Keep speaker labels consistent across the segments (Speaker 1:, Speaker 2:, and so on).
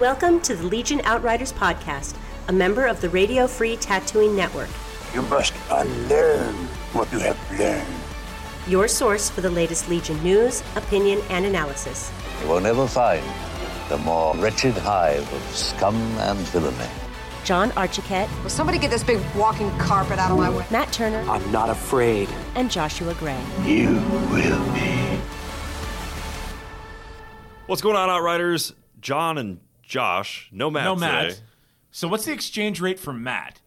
Speaker 1: Welcome to the Legion Outriders podcast, a member of the Radio Free Tattooing Network,
Speaker 2: You must unlearn what you have learned.
Speaker 1: your source for the latest Legion news, opinion, and analysis.
Speaker 3: You will never find the more wretched hive of scum and villainy.
Speaker 1: John Archiquette,
Speaker 4: Will somebody get this big walking carpet out of my way?
Speaker 1: Matt Turner,
Speaker 5: I'm not afraid.
Speaker 1: and Joshua Gray.
Speaker 2: You will be.
Speaker 6: What's going on, Outriders? John and Josh, no Matt.
Speaker 7: No Matt.
Speaker 6: today.
Speaker 7: So what's the exchange rate for Matt?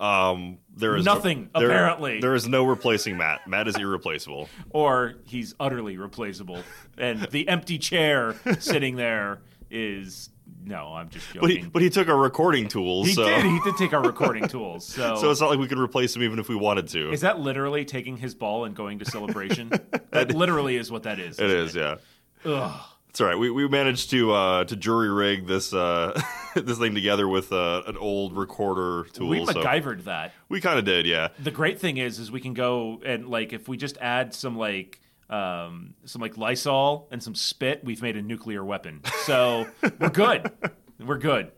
Speaker 6: There is
Speaker 7: Nothing,
Speaker 6: there-
Speaker 7: apparently.
Speaker 6: there is no replacing Matt. Matt is irreplaceable.
Speaker 7: Or he's utterly replaceable, and the empty chair sitting there is no. I'm just
Speaker 6: But he,
Speaker 7: joking.
Speaker 6: but he took our recording tools.
Speaker 7: He
Speaker 6: so,
Speaker 7: did. He did take our recording tools. So,
Speaker 6: so it's not like we could replace him even if we wanted to.
Speaker 7: is that literally taking his ball and going to celebration? that literally is what that is.
Speaker 6: it
Speaker 7: isn't
Speaker 6: is, yeah. It's all right. We, we managed to uh, to jury rig this uh, this thing together with uh, an old recorder tool.
Speaker 7: We
Speaker 6: so-
Speaker 7: MacGyvered that.
Speaker 6: we kind of did, yeah.
Speaker 7: the great thing is is we can go and like if we just add some like um some like lysol and some spit we've made a nuclear weapon so we're good we're good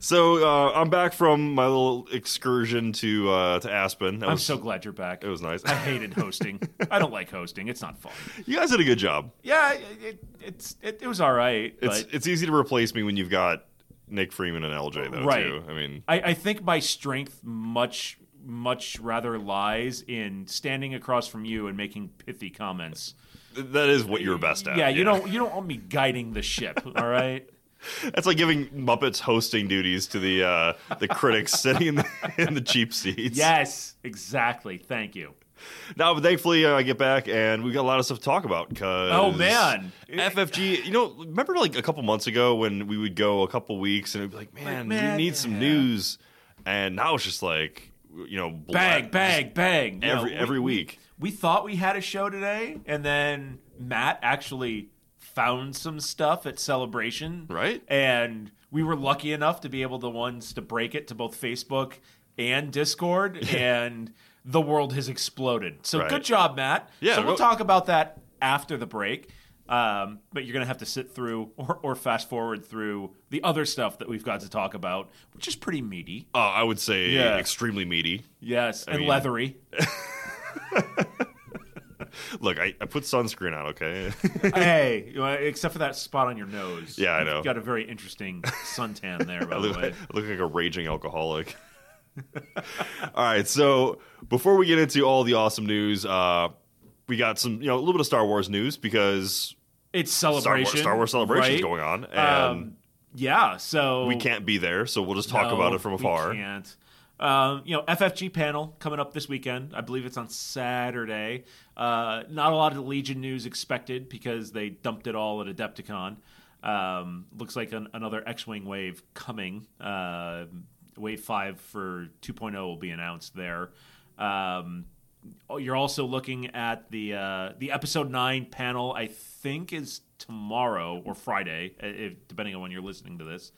Speaker 6: So uh, I'm back from my little excursion to uh, to Aspen. That
Speaker 7: i'm
Speaker 6: was-
Speaker 7: so glad you're back
Speaker 6: It was nice.
Speaker 7: i hated hosting i don't like hosting it's not fun
Speaker 6: You guys did a good job.
Speaker 7: yeah it, it, it's it, it was all right
Speaker 6: It's
Speaker 7: but
Speaker 6: it's easy to replace me when you've got Nick Freeman and LJ though
Speaker 7: Right.
Speaker 6: too. I mean,
Speaker 7: I, I think my strength much much rather lies in standing across from you and making pithy comments
Speaker 6: th- that is what you're best at.
Speaker 7: yeah you don't you don't want me guiding the ship all right
Speaker 6: That's like giving Muppets hosting duties to the uh, the critics sitting in the, in the cheap seats.
Speaker 7: Yes, exactly. Thank you.
Speaker 6: No, but thankfully uh, I get back and we got a lot of stuff to talk about. Cause
Speaker 7: Oh, man.
Speaker 6: FFG. You know, remember like a couple months ago when we would go a couple weeks and it'd be like, man,
Speaker 7: man,
Speaker 6: we need some news. And now it's just like, you know,
Speaker 7: Bang,
Speaker 6: bla-
Speaker 7: bang, bang. You know,
Speaker 6: every
Speaker 7: we-
Speaker 6: every week.
Speaker 7: We thought we had a show today, and then Matt actually found some stuff at Celebration.
Speaker 6: Right.
Speaker 7: And we were lucky enough to be able the ones to break it to both Facebook and Discord, and the world has exploded. So
Speaker 6: Right.
Speaker 7: good job, Matt.
Speaker 6: Yeah,
Speaker 7: So we'll
Speaker 6: go-
Speaker 7: talk about that after the break. Um, but you're going to have to sit through or, or fast forward through the other stuff that we've got to talk about, which is pretty meaty.
Speaker 6: Uh, I would say
Speaker 7: Yeah.
Speaker 6: extremely meaty.
Speaker 7: Yes, and
Speaker 6: mean-
Speaker 7: leathery.
Speaker 6: Look, I, I put sunscreen on, okay?
Speaker 7: hey, you know, except for that spot on your nose.
Speaker 6: Yeah, I
Speaker 7: You've
Speaker 6: know.
Speaker 7: got a very interesting suntan there, by
Speaker 6: I
Speaker 7: the
Speaker 6: look,
Speaker 7: way.
Speaker 6: I look like a raging alcoholic. all right, so before we get into all the awesome news, uh, we got some, you know, a little bit of Star Wars news because
Speaker 7: It's
Speaker 6: Star
Speaker 7: celebration.
Speaker 6: Wars, Star Wars celebration
Speaker 7: right?
Speaker 6: is going on, and
Speaker 7: Um, yeah, so
Speaker 6: we can't be there, so we'll just talk
Speaker 7: no,
Speaker 6: about it from afar.
Speaker 7: Uh, We can't. Um, you know, FFG panel coming up this weekend. I believe it's on Saturday. Uh, not a lot of Legion news expected because they dumped it all at Adepticon. Um, looks like an, another X-wing wave coming. Uh, wave five for 2.0 will be announced there. Um, oh, you're also looking at the uh, the episode nine panel. I think is tomorrow or Friday, i- if, depending on when you're listening to this.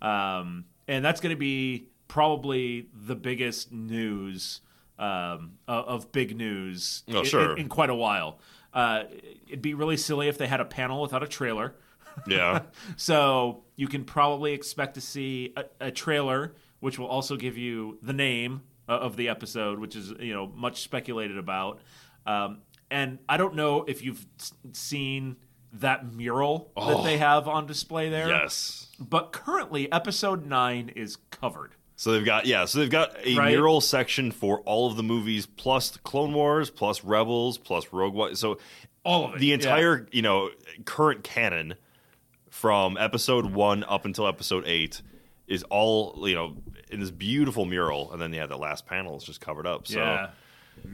Speaker 7: Um, and that's going to be probably the biggest news um, o- of big news
Speaker 6: Oh,
Speaker 7: i-
Speaker 6: sure.
Speaker 7: in, in quite a while. Uh, it'd be really silly if they had a panel without a trailer.
Speaker 6: Yeah,
Speaker 7: So you can probably expect to see a, a trailer, which will also give you the name uh, of the episode, which is you know much speculated about. Um, and I don't know if you've s- seen that mural that they have on display there.
Speaker 6: yes.
Speaker 7: But currently, episode nine is covered.
Speaker 6: So they've got yeah, so they've got a
Speaker 7: Right.
Speaker 6: mural section for all of the movies, plus the Clone Wars, plus Rebels, plus Rogue One. So
Speaker 7: All of it,
Speaker 6: the
Speaker 7: yeah.
Speaker 6: entire you know current canon from Episode One up until Episode Eight is all you know in this beautiful mural, and then yeah, the last panel is just covered up. So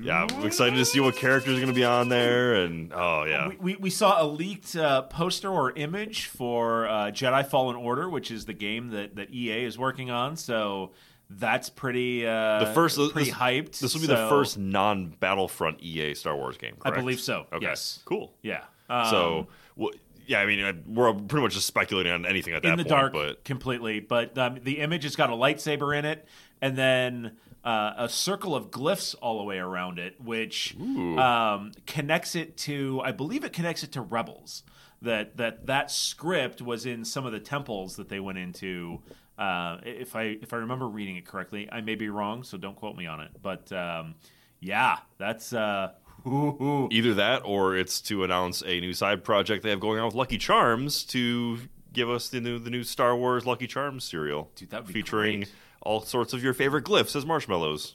Speaker 6: yeah, I'm excited to see what characters are going to be on there, and oh yeah,
Speaker 7: We, we, we saw a leaked uh, poster or image for uh, Jedi Fallen Order, which is the game that, that EA is working on. So that's pretty uh,
Speaker 6: the first
Speaker 7: pretty
Speaker 6: this,
Speaker 7: hyped.
Speaker 6: This will be
Speaker 7: So-
Speaker 6: the first non-Battlefront EA Star Wars game.
Speaker 7: I
Speaker 6: Correct?
Speaker 7: believe so,
Speaker 6: Okay.
Speaker 7: yes.
Speaker 6: cool.
Speaker 7: Yeah. Um,
Speaker 6: so, wh- yeah, I mean, uh, we're pretty much just speculating on anything at that
Speaker 7: in the
Speaker 6: point.
Speaker 7: dark
Speaker 6: but
Speaker 7: completely, but um, the image has got a lightsaber in it, and then uh, a circle of glyphs all the way around it, which um, connects it to, I believe it connects it to Rebels. that that that script was in some of the temples that they went into. Uh, if I if I remember reading it correctly, I may be wrong, so don't quote me on it. But um, yeah, that's uh, ooh, ooh.
Speaker 6: Either that, or it's to announce a new side project they have going on with Lucky Charms to give us the new the new Star Wars Lucky Charms cereal,
Speaker 7: Dude, that'd be
Speaker 6: featuring
Speaker 7: great.
Speaker 6: all sorts of your favorite glyphs as marshmallows.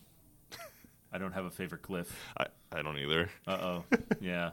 Speaker 7: I don't have a favorite glyph.
Speaker 6: I, I don't either.
Speaker 7: Uh oh. yeah.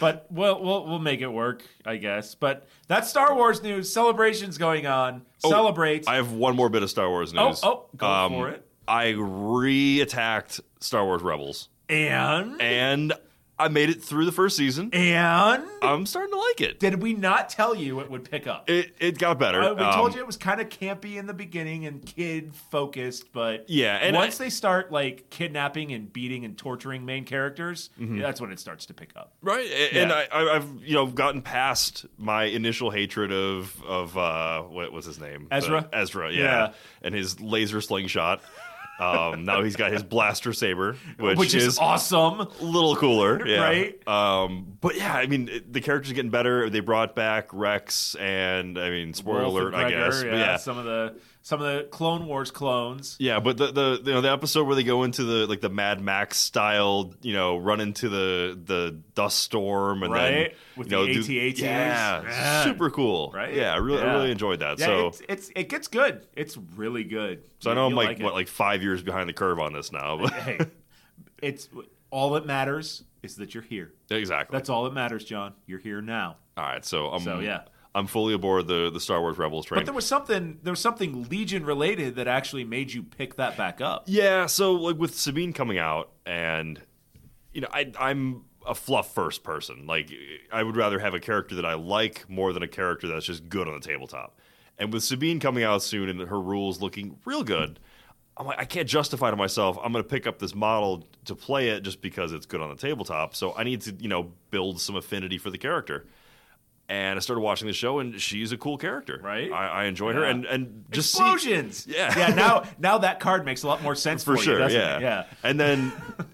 Speaker 7: But we'll, we'll we'll make it work, I guess. But that's Star Wars news. Celebrations going on.
Speaker 6: Oh,
Speaker 7: Celebrate.
Speaker 6: I have one more bit of Star Wars
Speaker 7: Oh,
Speaker 6: news. Um,
Speaker 7: oh, go for it.
Speaker 6: I re-attacked Star Wars Rebels,
Speaker 7: and
Speaker 6: and I made it through the first season.
Speaker 7: and
Speaker 6: I'm starting to like it.
Speaker 7: did we not tell you it would pick up?
Speaker 6: It it got better.
Speaker 7: Uh, we
Speaker 6: Um,
Speaker 7: told you it was kind of campy in the beginning and kid focused, but
Speaker 6: Yeah, and
Speaker 7: once
Speaker 6: I-
Speaker 7: they start like kidnapping and beating and torturing main characters,
Speaker 6: Mm-hmm.
Speaker 7: that's when it starts to pick up.
Speaker 6: Right, a- and I, I, I've you know gotten past my initial hatred of of uh, what was his name
Speaker 7: Ezra?
Speaker 6: The- Ezra, yeah.
Speaker 7: Yeah.
Speaker 6: and his laser slingshot. Um, now he's got his blaster saber, which,
Speaker 7: Which is awesome.
Speaker 6: a little cooler, yeah.
Speaker 7: Right?
Speaker 6: Um, but yeah, I mean it, the characters are getting better. They brought back Rex, and I mean spoiler alert,
Speaker 7: Wolf and
Speaker 6: I
Speaker 7: Gregor,
Speaker 6: guess.
Speaker 7: Yeah,
Speaker 6: but yeah,
Speaker 7: some of the some of the Clone Wars clones.
Speaker 6: Yeah, but the the you know the episode where they go into the like the Mad Max style, you know, run into the the dust storm and then
Speaker 7: Right? With
Speaker 6: you know,
Speaker 7: the
Speaker 6: do-
Speaker 7: AT-ATs.
Speaker 6: yeah,
Speaker 7: Yeah.
Speaker 6: super cool,
Speaker 7: Right?
Speaker 6: Yeah, I really I
Speaker 7: Yeah.
Speaker 6: really enjoyed that.
Speaker 7: Yeah,
Speaker 6: so
Speaker 7: it's, it's it gets good. It's really good.
Speaker 6: so I
Speaker 7: You-
Speaker 6: know I'm
Speaker 7: you
Speaker 6: like,
Speaker 7: it.
Speaker 6: what like five years behind the curve on this now, but
Speaker 7: hey, it's all that matters is that you're here.
Speaker 6: exactly.
Speaker 7: That's all that matters, John. You're here now.
Speaker 6: all right. So I'm
Speaker 7: So, yeah.
Speaker 6: I'm fully aboard the the Star Wars Rebels train.
Speaker 7: But there was something there was something Legion related that actually made you pick that back up.
Speaker 6: Yeah, so like with Sabine coming out, and you know, I I'm a fluff first person. Like I would rather have a character that I like more than a character that's just good on the tabletop. And with Sabine coming out soon and her rules looking real good, I'm like I can't justify to myself I'm going to pick up this model to play it just because it's good on the tabletop. So I need to you know build some affinity for the character. And I started watching the show, and she's a cool character.
Speaker 7: Right.
Speaker 6: I, I enjoy her,
Speaker 7: Yeah.
Speaker 6: and and just see-
Speaker 7: Explosions.
Speaker 6: Yeah.
Speaker 7: yeah. Now, now that card makes a lot more sense for,
Speaker 6: for
Speaker 7: you,
Speaker 6: sure.
Speaker 7: doesn't
Speaker 6: yeah,
Speaker 7: it? Yeah.
Speaker 6: And then,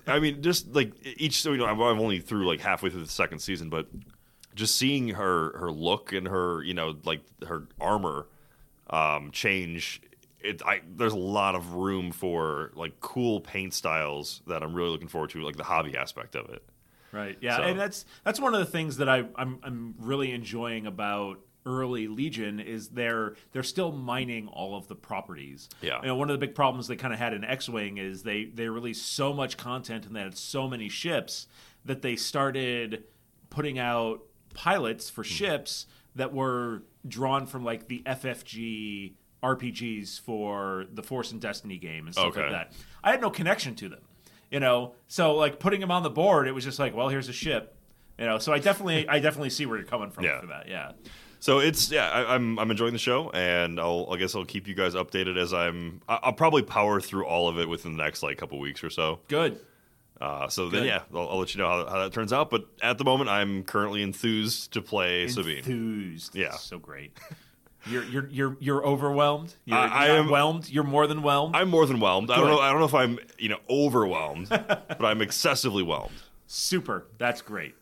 Speaker 6: I mean, just like each, so, you know, I'm, I'm only through like halfway through the second season, but just seeing her her look and her, you know, like her armor um, change. It, I, there's a lot of room for like cool paint styles that I'm really looking forward to, like the hobby aspect of it.
Speaker 7: Right. Yeah,
Speaker 6: So-
Speaker 7: and that's that's one of the things that I, I'm I'm really enjoying about early Legion is they're they're still mining all of the properties.
Speaker 6: Yeah.
Speaker 7: You know, one of the big problems they kind of had in X-wing is they they released so much content and they had so many ships that they started putting out pilots for
Speaker 6: Hmm.
Speaker 7: ships that were drawn from like the FFG RPGs for the Force and Destiny game and stuff
Speaker 6: Okay.
Speaker 7: like that. I had no connection to them, you know. So like putting them on the board, it was just like, well, here's a ship, you know. So I definitely, I definitely see where you're coming from
Speaker 6: Yeah.
Speaker 7: for that. Yeah,
Speaker 6: So it's yeah, I, I'm I'm enjoying the show, and I'll I guess I'll keep you guys updated as I'm I- I'll probably power through all of it within the next like couple weeks or so.
Speaker 7: good.
Speaker 6: Uh, so then,
Speaker 7: Good.
Speaker 6: yeah, I'll, I'll let you know how, how that turns out. But at the moment, I'm currently enthused to play Sabine.
Speaker 7: Enthused.
Speaker 6: Yeah.
Speaker 7: so great. You're you're you're you're overwhelmed. You're,
Speaker 6: I-
Speaker 7: you're
Speaker 6: I
Speaker 7: not
Speaker 6: am-
Speaker 7: whelmed. You're more than whelmed.
Speaker 6: I'm more than whelmed. I don't
Speaker 7: Good.
Speaker 6: know. I don't know if I'm you know overwhelmed, but I'm excessively whelmed.
Speaker 7: Super. That's great.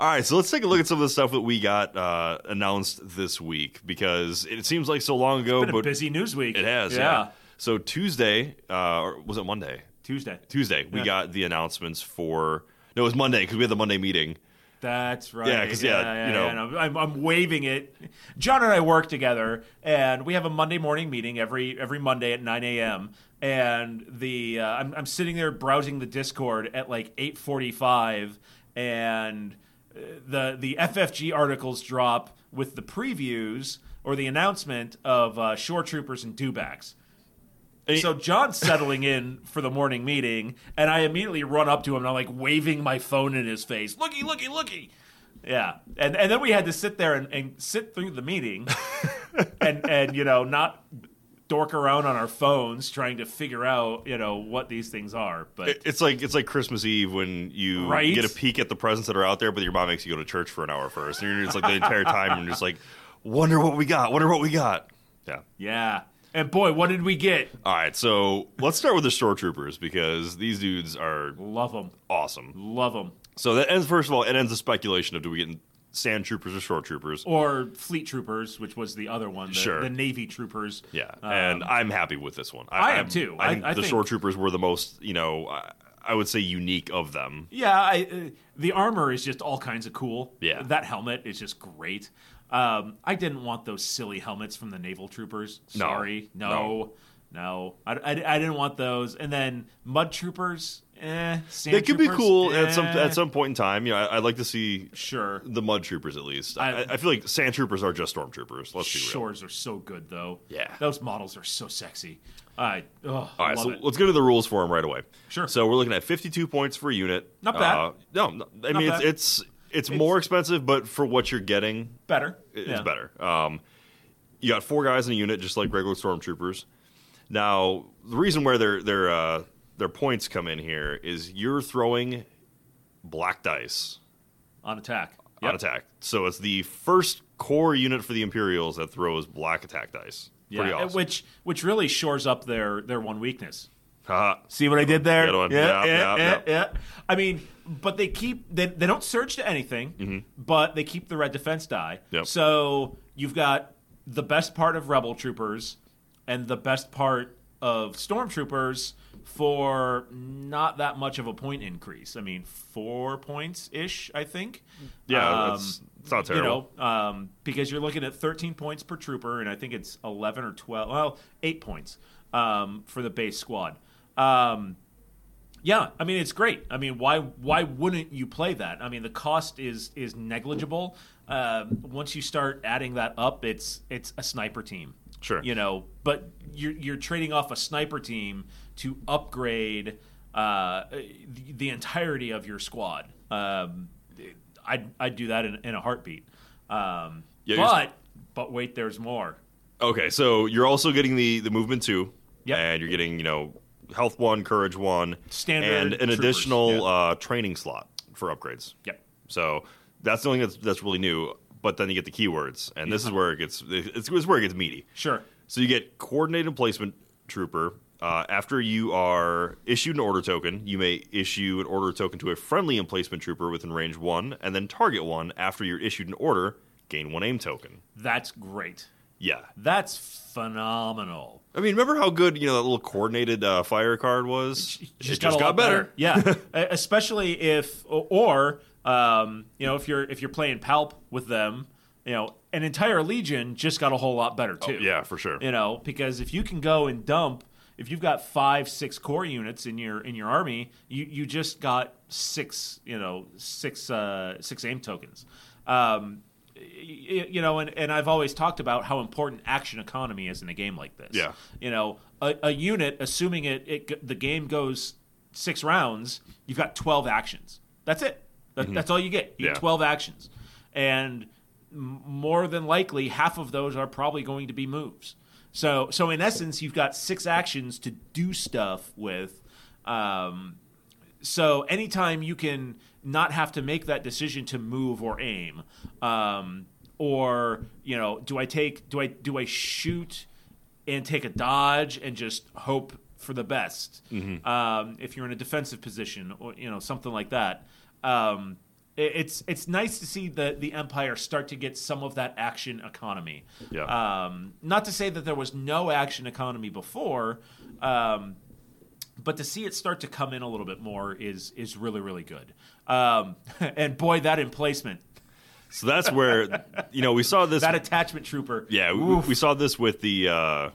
Speaker 6: All right, so let's take a look at some of the stuff that we got uh, announced this week because it seems like so long ago,
Speaker 7: Been a
Speaker 6: but
Speaker 7: busy news week.
Speaker 6: it has. Yeah.
Speaker 7: Yeah.
Speaker 6: So Tuesday, uh, or was it Monday?
Speaker 7: Tuesday.
Speaker 6: Tuesday, we
Speaker 7: Yeah.
Speaker 6: got the announcements for. No, it was Monday because we had the Monday meeting.
Speaker 7: That's right.
Speaker 6: Yeah, 'cause, yeah, you know-
Speaker 7: and I'm- I'm, I'm waving it. John and I work together, and we have a Monday morning meeting every every Monday at 9 a.m. And the uh, I'm, I'm sitting there browsing the Discord at like 8:45, and uh, the the FFG articles drop with the previews or the announcement of uh, Shore Troopers and Dewbacks.
Speaker 6: And-
Speaker 7: So John's settling in for the morning meeting, and I immediately run up to him and I'm like waving my phone in his face. Looky, looky, looky. Yeah. And and then we had to sit there and, and sit through the meeting and, and you know, not dork around on our phones trying to figure out, you know, what these things are. But
Speaker 6: It- It's like it's like Christmas Eve when you
Speaker 7: Right?
Speaker 6: get a peek at the presents that are out there, but your mom makes you go to church for an hour first, and you're just like the entire time you're just like, wonder what we got, wonder what we got. Yeah.
Speaker 7: yeah. And boy, what did we get?
Speaker 6: All right, so let's start with the Shore Troopers because these dudes are
Speaker 7: Love them.
Speaker 6: awesome.
Speaker 7: Love them.
Speaker 6: So that ends first of all, it ends the speculation of do we get sand troopers or shore troopers.
Speaker 7: or Fleet Troopers, which was the other one, the,
Speaker 6: Sure.
Speaker 7: the Navy Troopers.
Speaker 6: Yeah,
Speaker 7: Um,
Speaker 6: and I'm happy with this one.
Speaker 7: I am
Speaker 6: I'm-
Speaker 7: too.
Speaker 6: I
Speaker 7: I-
Speaker 6: think
Speaker 7: I
Speaker 6: the
Speaker 7: think-
Speaker 6: shore troopers were the most, you know, I, I would say unique of them.
Speaker 7: yeah, I, uh, the armor is just all kinds of cool.
Speaker 6: Yeah.
Speaker 7: that helmet is just great. Um, I didn't want those silly helmets from the Naval Troopers.
Speaker 6: No.
Speaker 7: Sorry, no,
Speaker 6: No.
Speaker 7: no, I, I, I didn't want those. And then Mud Troopers, eh? Sand
Speaker 6: They could be
Speaker 7: Troopers,
Speaker 6: cool at some
Speaker 7: eh.
Speaker 6: at some point in time. You know, I, I'd like to see
Speaker 7: Sure.
Speaker 6: the mud troopers at least. I,
Speaker 7: I-
Speaker 6: I feel like sand troopers are just stormtroopers. Let's be real.
Speaker 7: Shores are so good though.
Speaker 6: Yeah.
Speaker 7: those models are so sexy. I oh,
Speaker 6: All right,
Speaker 7: love
Speaker 6: so
Speaker 7: it.
Speaker 6: let's get into the rules for him right away.
Speaker 7: Sure.
Speaker 6: So we're looking at 52 points per unit.
Speaker 7: Not bad.
Speaker 6: Uh, no, no, I
Speaker 7: Not
Speaker 6: mean
Speaker 7: bad.
Speaker 6: It's, it's it's more expensive, but for what you're getting,
Speaker 7: better.
Speaker 6: it's
Speaker 7: Yeah.
Speaker 6: better. Um, you got four guys in a unit, just like regular stormtroopers. Now, the reason where their their uh, their points come in here is you're throwing black dice
Speaker 7: on attack.
Speaker 6: on attack. So it's the first core unit for the Imperials that throws black attack dice. Pretty awesome.
Speaker 7: Which which really shores up their their one weakness.
Speaker 6: Haha.
Speaker 7: See what I did there?
Speaker 6: Good one. Yeah,
Speaker 7: Yeah,
Speaker 6: yeah,
Speaker 7: yeah, yeah, yeah. I mean, but they keep they, they don't surge to anything, but they keep the red defense die.
Speaker 6: Yep.
Speaker 7: So you've got the best part of rebel troopers and the best part of stormtroopers for not that much of a point increase. I mean, four points ish, I think.
Speaker 6: Yeah,
Speaker 7: Um,
Speaker 6: that's- it's not terrible.
Speaker 7: You know, um, because you're looking at 13 points per trooper, and I think it's 11 or 12. Well, eight points um, for the base squad. Um, yeah, I mean it's great. I mean, why why wouldn't you play that? I mean, the cost is is negligible. Um, once you start adding that up, it's it's a sniper team.
Speaker 6: Sure.
Speaker 7: you know, but you're you're trading off a sniper team to upgrade uh, the, the entirety of your squad. Um, I'd I'd do that in, in a heartbeat. Um,
Speaker 6: Yeah, you're-
Speaker 7: but but wait, there's more.
Speaker 6: Okay, so you're also getting the the movement two,
Speaker 7: Yep.
Speaker 6: and you're getting you know health one, courage one, and
Speaker 7: Standard
Speaker 6: an
Speaker 7: troopers,
Speaker 6: additional
Speaker 7: yeah.
Speaker 6: uh, training slot for upgrades.
Speaker 7: Yep.
Speaker 6: So that's the only that's that's really new. But then you get the keywords, and this is where it gets it's, it's where it gets meaty.
Speaker 7: Sure.
Speaker 6: So you get coordinated placement trooper. Uh, after you are issued an order token, you may issue an order token to a friendly emplacement trooper within range one, and then target one. After you're issued an order, gain one aim token.
Speaker 7: That's great.
Speaker 6: Yeah,
Speaker 7: That's phenomenal.
Speaker 6: I mean, remember how good you know that little coordinated uh, fire card was? It
Speaker 7: just got, a lot Yeah, E- especially if or um, you know if you're if you're playing Palp with them, you know, an entire legion just got a whole lot better too.
Speaker 6: Oh, yeah, for sure.
Speaker 7: You know, because if you can go and dump if you've got five, six core units in your in your army, you, you just got six, you know, six uh, six aim tokens. Um, y- y- you know, and, and I've always talked about how important action economy is in a game like this.
Speaker 6: Yeah.
Speaker 7: You know, a, a unit, assuming it, it g- the game goes six rounds, you've got twelve actions. That's it. That, That's all you get. You
Speaker 6: Yeah.
Speaker 7: get twelve actions, and m- more than likely, half of those are probably going to be moves. So, so in essence, you've got six actions to do stuff with. Um, so anytime you can not have to make that decision to move or aim, um, or you know, do I take do I do I shoot and take a dodge and just hope for the best?
Speaker 6: Mm-hmm.
Speaker 7: Um, if you're in a defensive position or you know something like that, um, i- it's it's nice to see the the empire start to get some of that action economy.
Speaker 6: Yeah.
Speaker 7: Um, not to say that there was no action economy before. Um, but to see it start to come in a little bit more is is really really good. Um, and boy, that emplacement,
Speaker 6: So that's where you know we saw this.
Speaker 7: that attachment trooper,
Speaker 6: yeah, we,
Speaker 7: Oof.
Speaker 6: we saw this with the uh,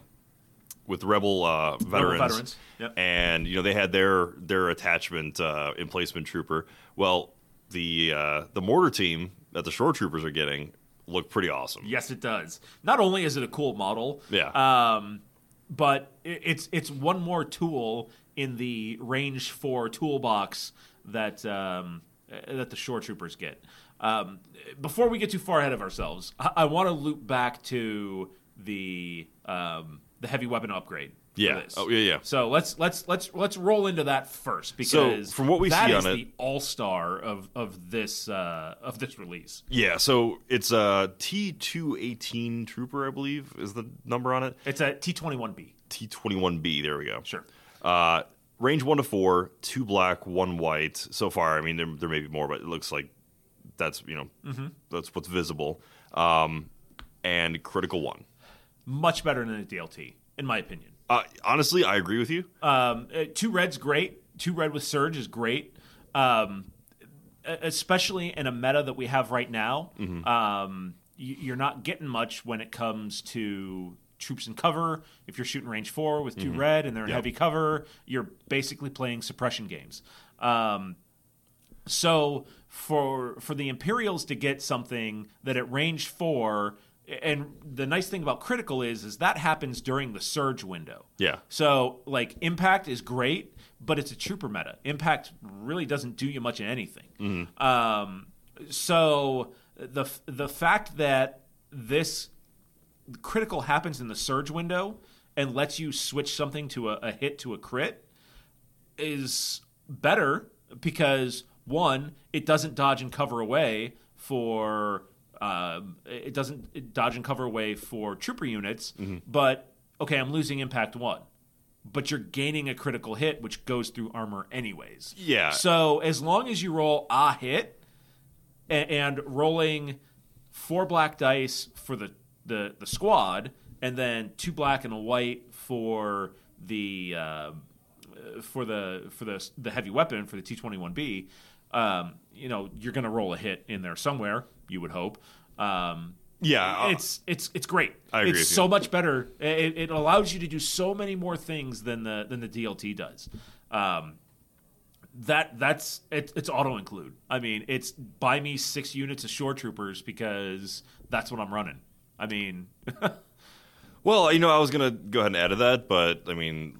Speaker 6: with rebel uh, veterans,
Speaker 7: veterans, yep.
Speaker 6: and you know they had their their attachment uh, emplacement trooper. Well, the uh, the mortar team that the shore troopers are getting look pretty awesome.
Speaker 7: yes, it does. Not only is it a cool model,
Speaker 6: Yeah.
Speaker 7: um, but i it's it's one more tool in the range four toolbox that um, eh, that the shore troopers get. Um, before we get too far ahead of ourselves, I, I want to loop back to the um, the heavy weapon upgrade. for
Speaker 6: Yeah.
Speaker 7: this.
Speaker 6: Oh, yeah, yeah.
Speaker 7: So let's let's let's let's roll into that first because
Speaker 6: from what we
Speaker 7: that
Speaker 6: see
Speaker 7: is
Speaker 6: on it-
Speaker 7: the all star of of this uh, of this release.
Speaker 6: Yeah, so it's a T two eighteen trooper, I believe, is the number on it.
Speaker 7: It's a T twenty one B.
Speaker 6: T21B. There we go.
Speaker 7: Sure.
Speaker 6: Uh, range one to four, two black, one white. So far, I mean, there, there may be more, but it looks like that's you know
Speaker 7: Mm-hmm.
Speaker 6: that's what's visible. Um, and Critical One.
Speaker 7: Much better than a DLT, in my opinion.
Speaker 6: Uh, honestly, I agree with you.
Speaker 7: Um, uh, two red's great. Two red with surge is great, um, e- especially in a meta that we have right now.
Speaker 6: Mm-hmm.
Speaker 7: Um, y- you're not getting much when it comes to troops in cover. If you're shooting range four with 2 red and they're
Speaker 6: Mm-hmm.
Speaker 7: in
Speaker 6: Yep.
Speaker 7: heavy cover, you're basically playing suppression games. Um, so for for the Imperials to get something that at range four, and the nice thing about critical is is that happens during the surge window.
Speaker 6: Yeah.
Speaker 7: So like impact is great, but it's a trooper meta. Impact really doesn't do you much in anything.
Speaker 6: Mm-hmm.
Speaker 7: Um, so the f- the fact that this critical happens in the surge window and lets you switch something to a, a hit to a crit is better because one, it doesn't dodge and cover away for um, it doesn't dodge and cover away for trooper units, but okay, I'm losing impact one, but you're gaining a critical hit which goes through armor anyways.
Speaker 6: Yeah.
Speaker 7: So as long as you roll a hit a- and rolling four black dice for the, the, the squad, and then two black and a white for the uh, for the for the the heavy weapon for the T twenty one B. um, You know, you're going to roll a hit in there somewhere. You would hope. Um,
Speaker 6: Yeah, uh,
Speaker 7: it's it's it's great.
Speaker 6: I agree
Speaker 7: it's
Speaker 6: with you.
Speaker 7: so much better. It, it allows you to do so many more things than the than the DLT does. Um, that that's it, it's auto include. I mean, it's buy me six units of shore troopers because that's what I'm running. I mean,
Speaker 6: Well, you know, I was gonna go ahead and add to that, but I mean,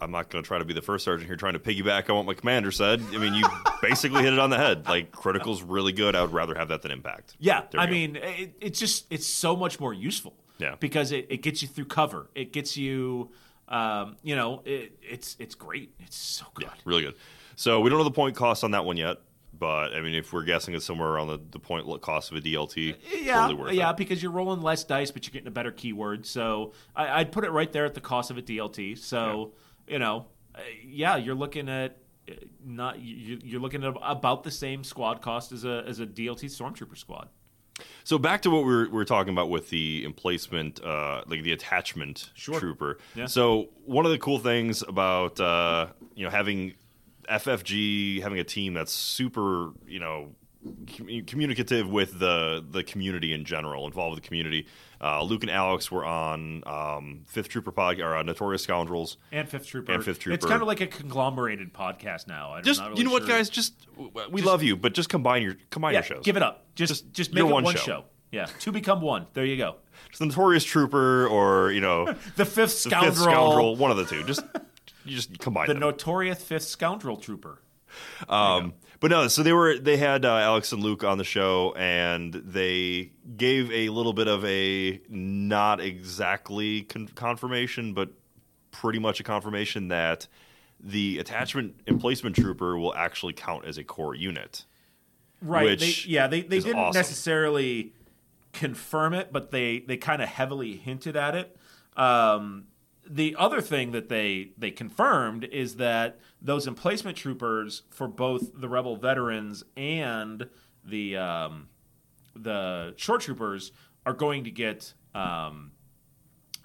Speaker 6: I'm not gonna try to be the first sergeant here trying to piggyback on what my commander said. I mean, you basically hit it on the head. Like, critical's really good. I would rather have that than impact.
Speaker 7: Yeah,
Speaker 6: There
Speaker 7: I
Speaker 6: you go.
Speaker 7: mean, it, it's just it's so much more useful.
Speaker 6: Yeah.
Speaker 7: because it, it gets you through cover. It gets you, um, you know, it, it's it's great. It's so good.
Speaker 6: yeah, really good. So we don't know the point cost on that one yet, but I mean, if we're guessing it's somewhere around the, the point lo- cost of a DLT,
Speaker 7: Uh, Yeah,
Speaker 6: totally worth
Speaker 7: yeah,
Speaker 6: it.
Speaker 7: because you're rolling less dice, but you're getting a better keyword. So I, I'd put it right there at the cost of a DLT. So you know, uh, yeah, you're looking at uh, not you, you're looking at about the same squad cost as a as a DLT stormtrooper squad.
Speaker 6: So back to what we were, we were talking about with the emplacement, uh, like the attachment
Speaker 7: Sure.
Speaker 6: trooper.
Speaker 7: Yeah.
Speaker 6: So one of the cool things about uh, you know having FFG having a team that's super you know commu- communicative with the the community in general, involved with the community. Uh, Luke and Alex were on um, Fifth Trooper Pod or uh, Notorious Scoundrels.
Speaker 7: And fifth trooper.
Speaker 6: And Fifth
Speaker 7: It's
Speaker 6: Trooper.
Speaker 7: kind of like a conglomerated podcast now. I'm
Speaker 6: Just
Speaker 7: not really
Speaker 6: you know what,
Speaker 7: sure.
Speaker 6: guys, just we love you, but just combine your combine your shows.
Speaker 7: Give it up. Just just, make
Speaker 6: you're
Speaker 7: it
Speaker 6: one
Speaker 7: one,
Speaker 6: show.
Speaker 7: show. Yeah, two become one. There you go.
Speaker 6: It's the Notorious Trooper or you know.
Speaker 7: The fifth scoundrel,
Speaker 6: Fifth scoundrel, one of the two. Just you just combine
Speaker 7: the
Speaker 6: them.
Speaker 7: notorious fifth scoundrel trooper.
Speaker 6: um, but no, so they were they had uh, Alex and Luke on the show, and they gave a little bit of a not exactly con- confirmation, but pretty much a confirmation that the attachment and placement trooper will actually count as a core unit.
Speaker 7: Right.
Speaker 6: Which
Speaker 7: they, yeah, they they
Speaker 6: is
Speaker 7: didn't
Speaker 6: awesome.
Speaker 7: necessarily confirm it, but they they kind of heavily hinted at it. Um, the other thing that they they confirmed is that those emplacement troopers for both the rebel veterans and the um, the short troopers are going to get um,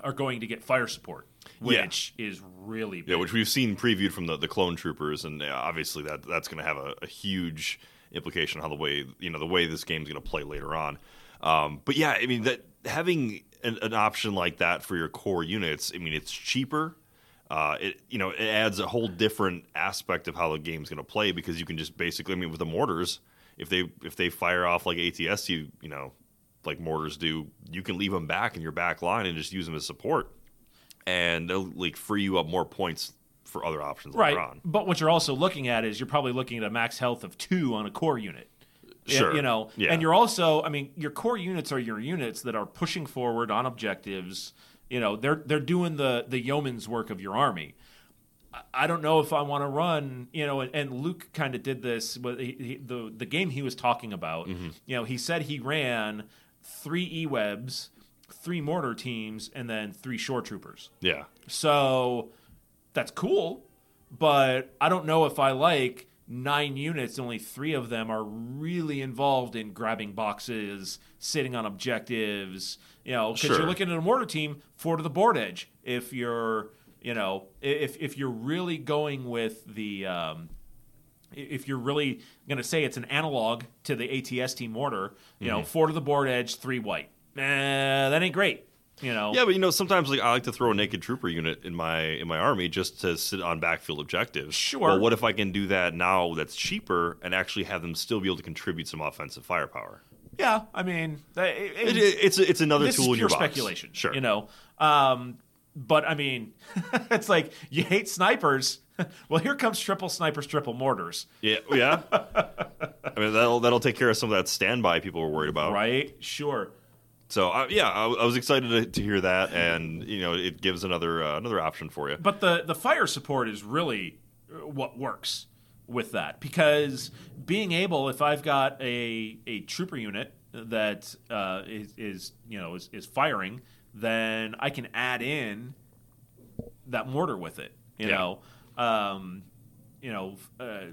Speaker 7: are going to get fire support,
Speaker 6: Yeah.
Speaker 7: which is really big.
Speaker 6: Yeah, which we've seen previewed from the, the clone troopers, and yeah, obviously that that's going to have a, a huge implication on how the way you know the way this game's going to play later on. Um, but yeah, I mean that having an, an option like that for your core units, I mean it's cheaper. Uh, it you know it adds a whole different aspect of how the game's going to play because you can just basically I mean with the mortars if they if they fire off like ATS you you know like mortars do you can leave them back in your back line and just use them as support and they'll like free you up more points for other options
Speaker 7: right.
Speaker 6: later on.
Speaker 7: But what you're also looking at is you're probably looking at a max health of two on a core unit. Y-
Speaker 6: Sure.
Speaker 7: You know,
Speaker 6: Yeah.
Speaker 7: and you're also, I mean, your core units are your units that are pushing forward on objectives. You know, they're they're doing the the yeoman's work of your army. I- I don't know if I want to run, you know, and, and Luke kind of did this. But he, he, the the game he was talking about,
Speaker 6: Mm-hmm.
Speaker 7: you know, he said he ran three e webs, three mortar teams, and then three shore troopers.
Speaker 6: Yeah.
Speaker 7: So that's cool, but I don't know if I like nine units, only three of them are really involved in grabbing boxes, sitting on objectives. You know, because
Speaker 6: Sure.
Speaker 7: you're looking at a mortar team, four to the board edge. If you're, you know, i- if if you're really going with the, um, i- if you're really going to say it's an analog to the ATS team mortar, you know,
Speaker 6: Mm-hmm.
Speaker 7: four to the board edge, three white. Eh, that ain't great. You know,
Speaker 6: Yeah, but you know, sometimes like I like to throw a naked trooper unit in my in my army just to sit on backfield objectives.
Speaker 7: Sure.
Speaker 6: Well, what if I can do that now? That's cheaper and actually have them still be able to contribute some offensive firepower.
Speaker 7: yeah. I mean, that-
Speaker 6: It, it- it's it's another
Speaker 7: this
Speaker 6: tool
Speaker 7: is
Speaker 6: in your
Speaker 7: pure
Speaker 6: box.
Speaker 7: speculation.
Speaker 6: Sure.
Speaker 7: you know. Um, but I mean, it's like you hate snipers. well, here comes triple snipers, triple mortars,
Speaker 6: Yeah. oh, Yeah. I mean, that'll that'll take care of some of that standby people were worried about.
Speaker 7: right? Sure.
Speaker 6: So I, yeah, I, I was excited to, to hear that, and you know, it gives another uh, another option for you.
Speaker 7: But the the fire support is really uh, what works with that because being able, if I've got a a trooper unit that uh, is, is you know is, is firing, then I can add in that mortar with it. You
Speaker 6: Yeah.
Speaker 7: know, um, you know, f- uh,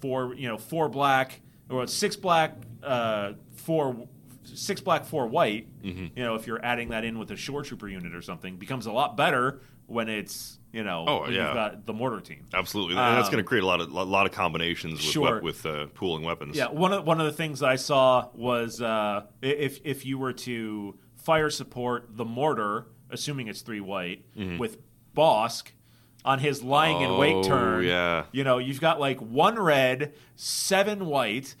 Speaker 7: four you know four black or six black uh, four six black four white
Speaker 6: Mm-hmm.
Speaker 7: you know if you're adding that in with a shore trooper unit or something becomes a lot better when it's you know
Speaker 6: Oh,
Speaker 7: when
Speaker 6: yeah.
Speaker 7: you've got the mortar team
Speaker 6: Absolutely, and that's
Speaker 7: Um,
Speaker 6: going to create a lot of a lot of combinations with
Speaker 7: Sure.
Speaker 6: wep- with uh, pooling weapons.
Speaker 7: yeah one of one of the things I saw was uh, i- if if you were to fire support the mortar assuming it's three white with Bosk on his lying in
Speaker 6: Mm-hmm. Oh,
Speaker 7: wait turn
Speaker 6: yeah.
Speaker 7: you know you've got like one red seven white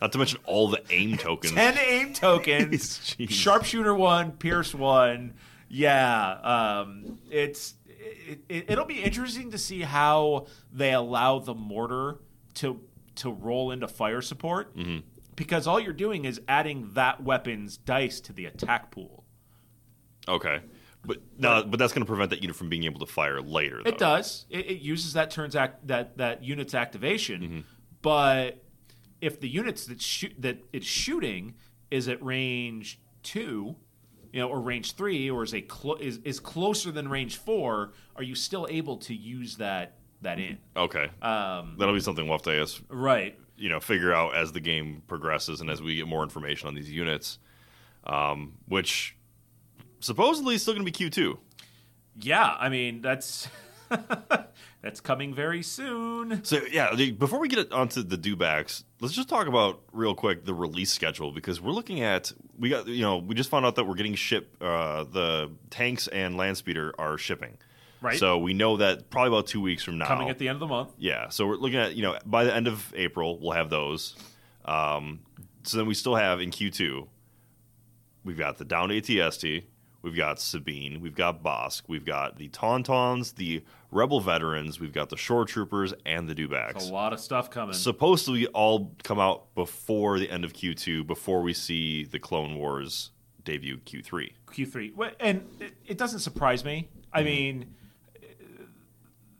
Speaker 6: Not to mention all the aim tokens.
Speaker 7: 10 aim tokens.
Speaker 6: Jeez.
Speaker 7: Sharpshooter one, Pierce one. Yeah, um, it's it, it, it'll be interesting to see how they allow the mortar to to roll into fire support
Speaker 6: Mm-hmm.
Speaker 7: because all you're doing is adding that weapon's dice to the attack pool.
Speaker 6: Okay, but no, but that's going to prevent that unit from being able to fire later. Though.
Speaker 7: It does. It, it uses that turns act that that unit's activation, but if the units that shoot that it's shooting is at range two, you know, or range three, or is a clo- is is closer than range four, are you still able to use that that in?
Speaker 6: Okay, um, that'll be something we'll have to ask,
Speaker 7: Mm-hmm. Right.
Speaker 6: you know figure out as the game progresses and as we get more information on these units, um, which supposedly is still going to be Q two.
Speaker 7: Yeah. I mean, that's that's coming very soon.
Speaker 6: So yeah, the- before we get onto the do backs, let's just talk about real quick the release schedule because we're looking at we got you know we just found out that we're getting ship uh, the tanks and land speeder are shipping,
Speaker 7: Right.
Speaker 6: So we know that probably about two weeks from now
Speaker 7: Coming at the end of the month.
Speaker 6: yeah. So we're looking at you know by the end of April we'll have those. Um, so then we still have in Q two, we've got the down ATST, we've got Sabine, we've got Bosk, we've got the Tauntauns, the Rebel veterans, we've got the Shore Troopers, and the
Speaker 7: A
Speaker 6: Dewbacks.
Speaker 7: lot of stuff coming.
Speaker 6: Supposedly all come out before the end of Q two, before we see the Clone Wars debut Q three.
Speaker 7: Q3, Well, and it- it doesn't surprise me.
Speaker 6: Mm-hmm.
Speaker 7: I mean,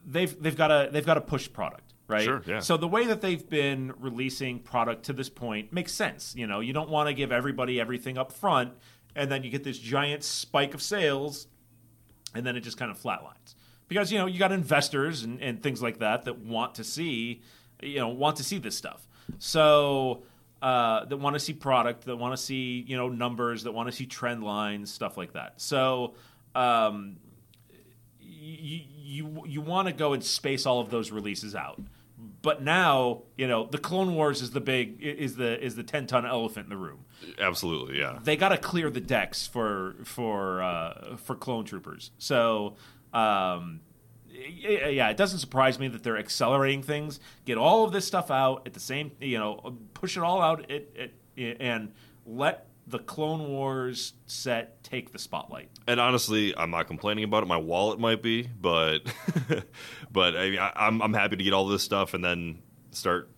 Speaker 7: they've they've got to they've got to push product, right?
Speaker 6: Sure, yeah.
Speaker 7: So the way that they've been releasing product to this point makes sense. You know, you don't want to give everybody everything up front, and then you get this giant spike of sales, and then it just kind of flatlines because you know you got investors and, and things like that that want to see you know want to see this stuff so uh, that want to see product that want to see you know numbers that want to see trend lines stuff like that so um, you you you want to go and space all of those releases out. But now, you know, the Clone Wars is the big is the is the ten ton elephant in the room.
Speaker 6: Absolutely, yeah.
Speaker 7: They got to clear the decks for for uh, for clone troopers. So, um, y- yeah, it doesn't surprise me that they're accelerating things. Get all of this stuff out at the same, you know, push it all out at, at, and let the Clone Wars set take the spotlight.
Speaker 6: and honestly, I'm not complaining about it. My wallet might be, but but I, I, I'm I'm happy to get all this stuff and then start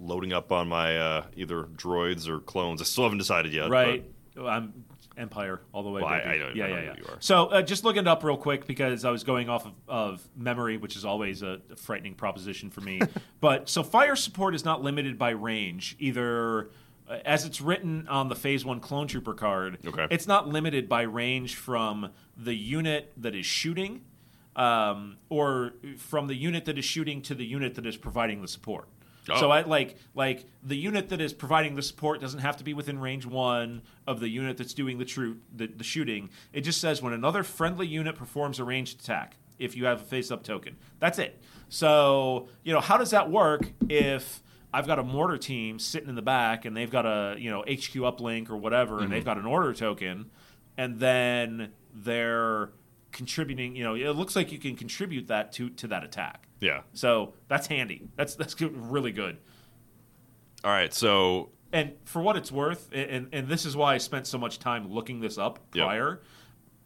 Speaker 6: loading up on my uh, either droids or clones. I still haven't decided yet. but-
Speaker 7: Right. I'm Empire all the way.
Speaker 6: Well, I-
Speaker 7: baby.
Speaker 6: I know- I
Speaker 7: yeah,
Speaker 6: know
Speaker 7: yeah,
Speaker 6: who
Speaker 7: yeah.
Speaker 6: you are.
Speaker 7: So uh, just looking it up real quick because I was going off of, of memory, which is always a frightening proposition for me. but so fire support is not limited by range either. uh, As it's written on the Phase One Clone Trooper card,
Speaker 6: Okay.
Speaker 7: it's not limited by range from the unit that is shooting um, or from the unit that is shooting to the unit that is providing the support.
Speaker 6: Oh.
Speaker 7: So I like like the unit that is providing the support doesn't have to be within range one of the unit that's doing the troop the, the shooting. It just says when another friendly unit performs a ranged attack if you have a face up token. That's it. So you know how does that work if I've got a mortar team sitting in the back and they've got a you know HQ uplink or whatever and they've got an order token and then they're contributing you know it looks like you can contribute that to to that attack
Speaker 6: Yeah.
Speaker 7: so that's handy. That's that's good- really good.
Speaker 6: All right. So
Speaker 7: And for what it's worth, a- and and this is why I spent so much time looking this up
Speaker 6: Yep.
Speaker 7: prior.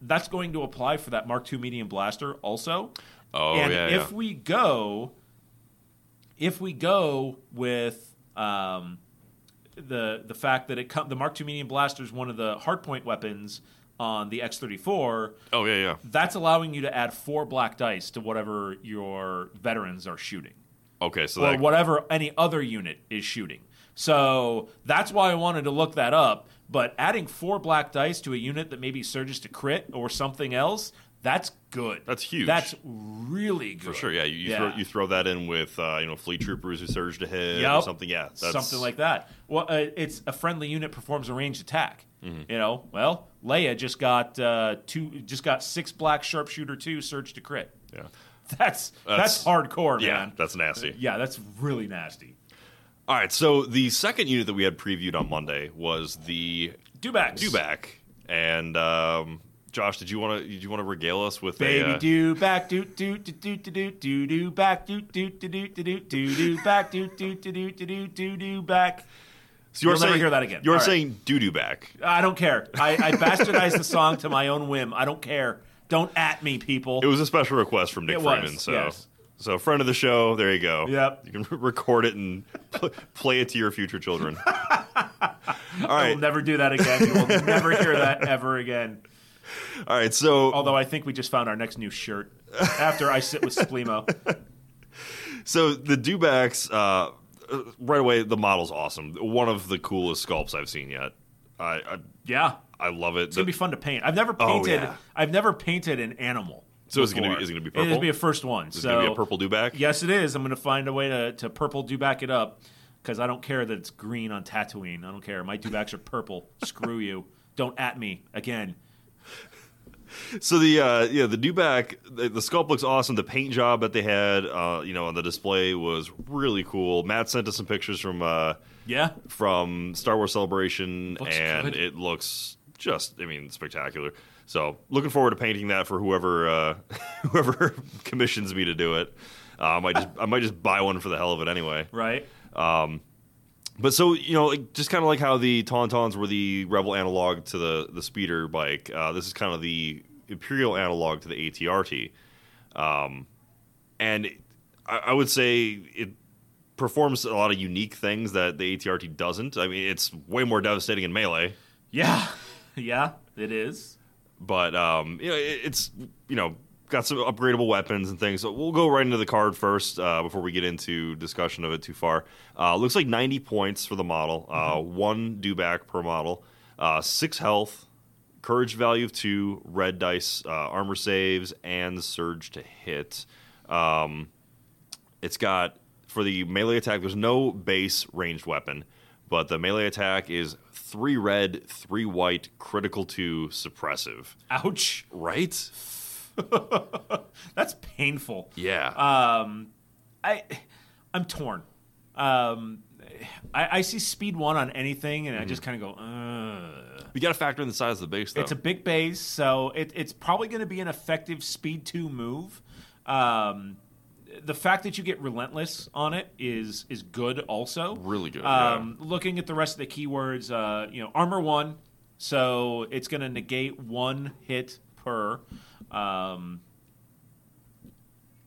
Speaker 7: That's going to apply for that Mark II medium blaster also.
Speaker 6: Oh,
Speaker 7: and
Speaker 6: yeah,
Speaker 7: if
Speaker 6: yeah.
Speaker 7: we go, if we go with um, the the fact that it com- the Mark II medium blaster is one of the hardpoint weapons on the X thirty four.
Speaker 6: oh yeah yeah
Speaker 7: That's allowing you to add four black dice to whatever your veterans are shooting
Speaker 6: okay so
Speaker 7: or
Speaker 6: that,
Speaker 7: whatever any other unit is shooting. So that's why I wanted to look that up. But adding four black dice to a unit that maybe surges to crit or something else, that's good.
Speaker 6: That's huge.
Speaker 7: That's really good.
Speaker 6: for sure yeah you, you Throw, you throw that in with uh, you know fleet troopers who surge to hit or
Speaker 7: Yep.
Speaker 6: something yeah that's,
Speaker 7: something like that. Well, uh, it's a friendly unit performs a ranged attack.
Speaker 6: Mm-hmm.
Speaker 7: You know, well, Leia just got uh, two, just got six black sharpshooter two surge to crit.
Speaker 6: yeah
Speaker 7: That's
Speaker 6: That's-
Speaker 7: that's, hardcore,
Speaker 6: yeah
Speaker 7: man.
Speaker 6: that's nasty
Speaker 7: yeah, that's really nasty.
Speaker 6: all right so the second unit that we had previewed on Monday was the
Speaker 7: Dubax.
Speaker 6: Dubac and um, Josh did you want to did you want to regale us with a,
Speaker 7: Baby
Speaker 6: uh,
Speaker 7: do back do do do do do do do do back do do do do do do do do back do do do do do do do do back.
Speaker 6: so you're
Speaker 7: You'll never
Speaker 6: saying-
Speaker 7: hear that again.
Speaker 6: you're
Speaker 7: All right.
Speaker 6: saying doo doo back
Speaker 7: I don't care. I, I bastardized the song to my own whim. I don't care. Don't at me, people.
Speaker 6: It was a special request from Nick
Speaker 7: It was,
Speaker 6: Freeman. so,
Speaker 7: yes.
Speaker 6: so friend of the show. There you go.
Speaker 7: Yep.
Speaker 6: You can record it and pl- play it to your future children. All
Speaker 7: We'll
Speaker 6: right.
Speaker 7: never do that again. You will never hear that ever again.
Speaker 6: All right. So,
Speaker 7: Although I think we just found our next new shirt after I sit with Splimo.
Speaker 6: so the Dubacks. Uh, uh, right away, the model's awesome. One of the coolest sculpts I've seen yet. I
Speaker 7: Yeah.
Speaker 6: I, I love it.
Speaker 7: It's gonna be fun to paint. I've never
Speaker 6: Oh,
Speaker 7: painted.
Speaker 6: yeah.
Speaker 7: I've never painted an animal.
Speaker 6: So is it gonna be-
Speaker 7: before.
Speaker 6: is it gonna be
Speaker 7: It's
Speaker 6: purple?
Speaker 7: gonna be a first one.
Speaker 6: Is it
Speaker 7: so
Speaker 6: gonna be a purple Dubac?
Speaker 7: Yes, it is. I'm gonna find a way to, to purple do back it up because I don't care that it's green on Tatooine. I don't care. My Dubacks are purple. Screw you. Don't at me again.
Speaker 6: So the uh, yeah the Dubac the, the sculpt looks awesome. The paint job that they had uh, you know on the display was really cool. Matt sent us some pictures from uh,
Speaker 7: Yeah.
Speaker 6: from Star Wars Celebration,
Speaker 7: Looks
Speaker 6: and
Speaker 7: good.
Speaker 6: it looks just I mean spectacular. So looking forward to painting that for whoever uh, whoever commissions me to do it. Uh, I might just I might just buy one for the hell of it anyway.
Speaker 7: Right.
Speaker 6: But so you know, like, just kind of like how the Tauntauns were the Rebel analog to the the speeder bike. Uh, this is kind of the Imperial analog to the ATRT, um, and it- I, I would say it performs a lot of unique things that the ATRT doesn't. I mean, it's way more devastating in melee,
Speaker 7: Yeah. Yeah. It is.
Speaker 6: but um, you know, it, it's you know got some upgradable weapons and things. So we'll go right into the card first uh, before we get into discussion of it too far. Uh, looks like 90 points for the model, uh, one dewback per model, uh, six health, courage value of two, red dice, uh, armor saves, and surge to hit. Um, it's got for the melee attack. There's no base ranged weapon, but the melee attack is three red, three white, critical two, suppressive.
Speaker 7: Ouch.
Speaker 6: Right?
Speaker 7: That's painful.
Speaker 6: Yeah.
Speaker 7: Uh, I I'm torn. Um, I, I see speed one on anything, and I just
Speaker 6: Mm-hmm.
Speaker 7: kind of go. Ugh.
Speaker 6: you got to factor in the size of the base, though.
Speaker 7: It's a big base, so it, it's probably going to be an effective speed two move. Um, the fact that you get relentless on it is is good, also.
Speaker 6: Really good,
Speaker 7: Um, Looking at the rest of the keywords, uh, you know, armor one, so it's going to negate one hit per. Um,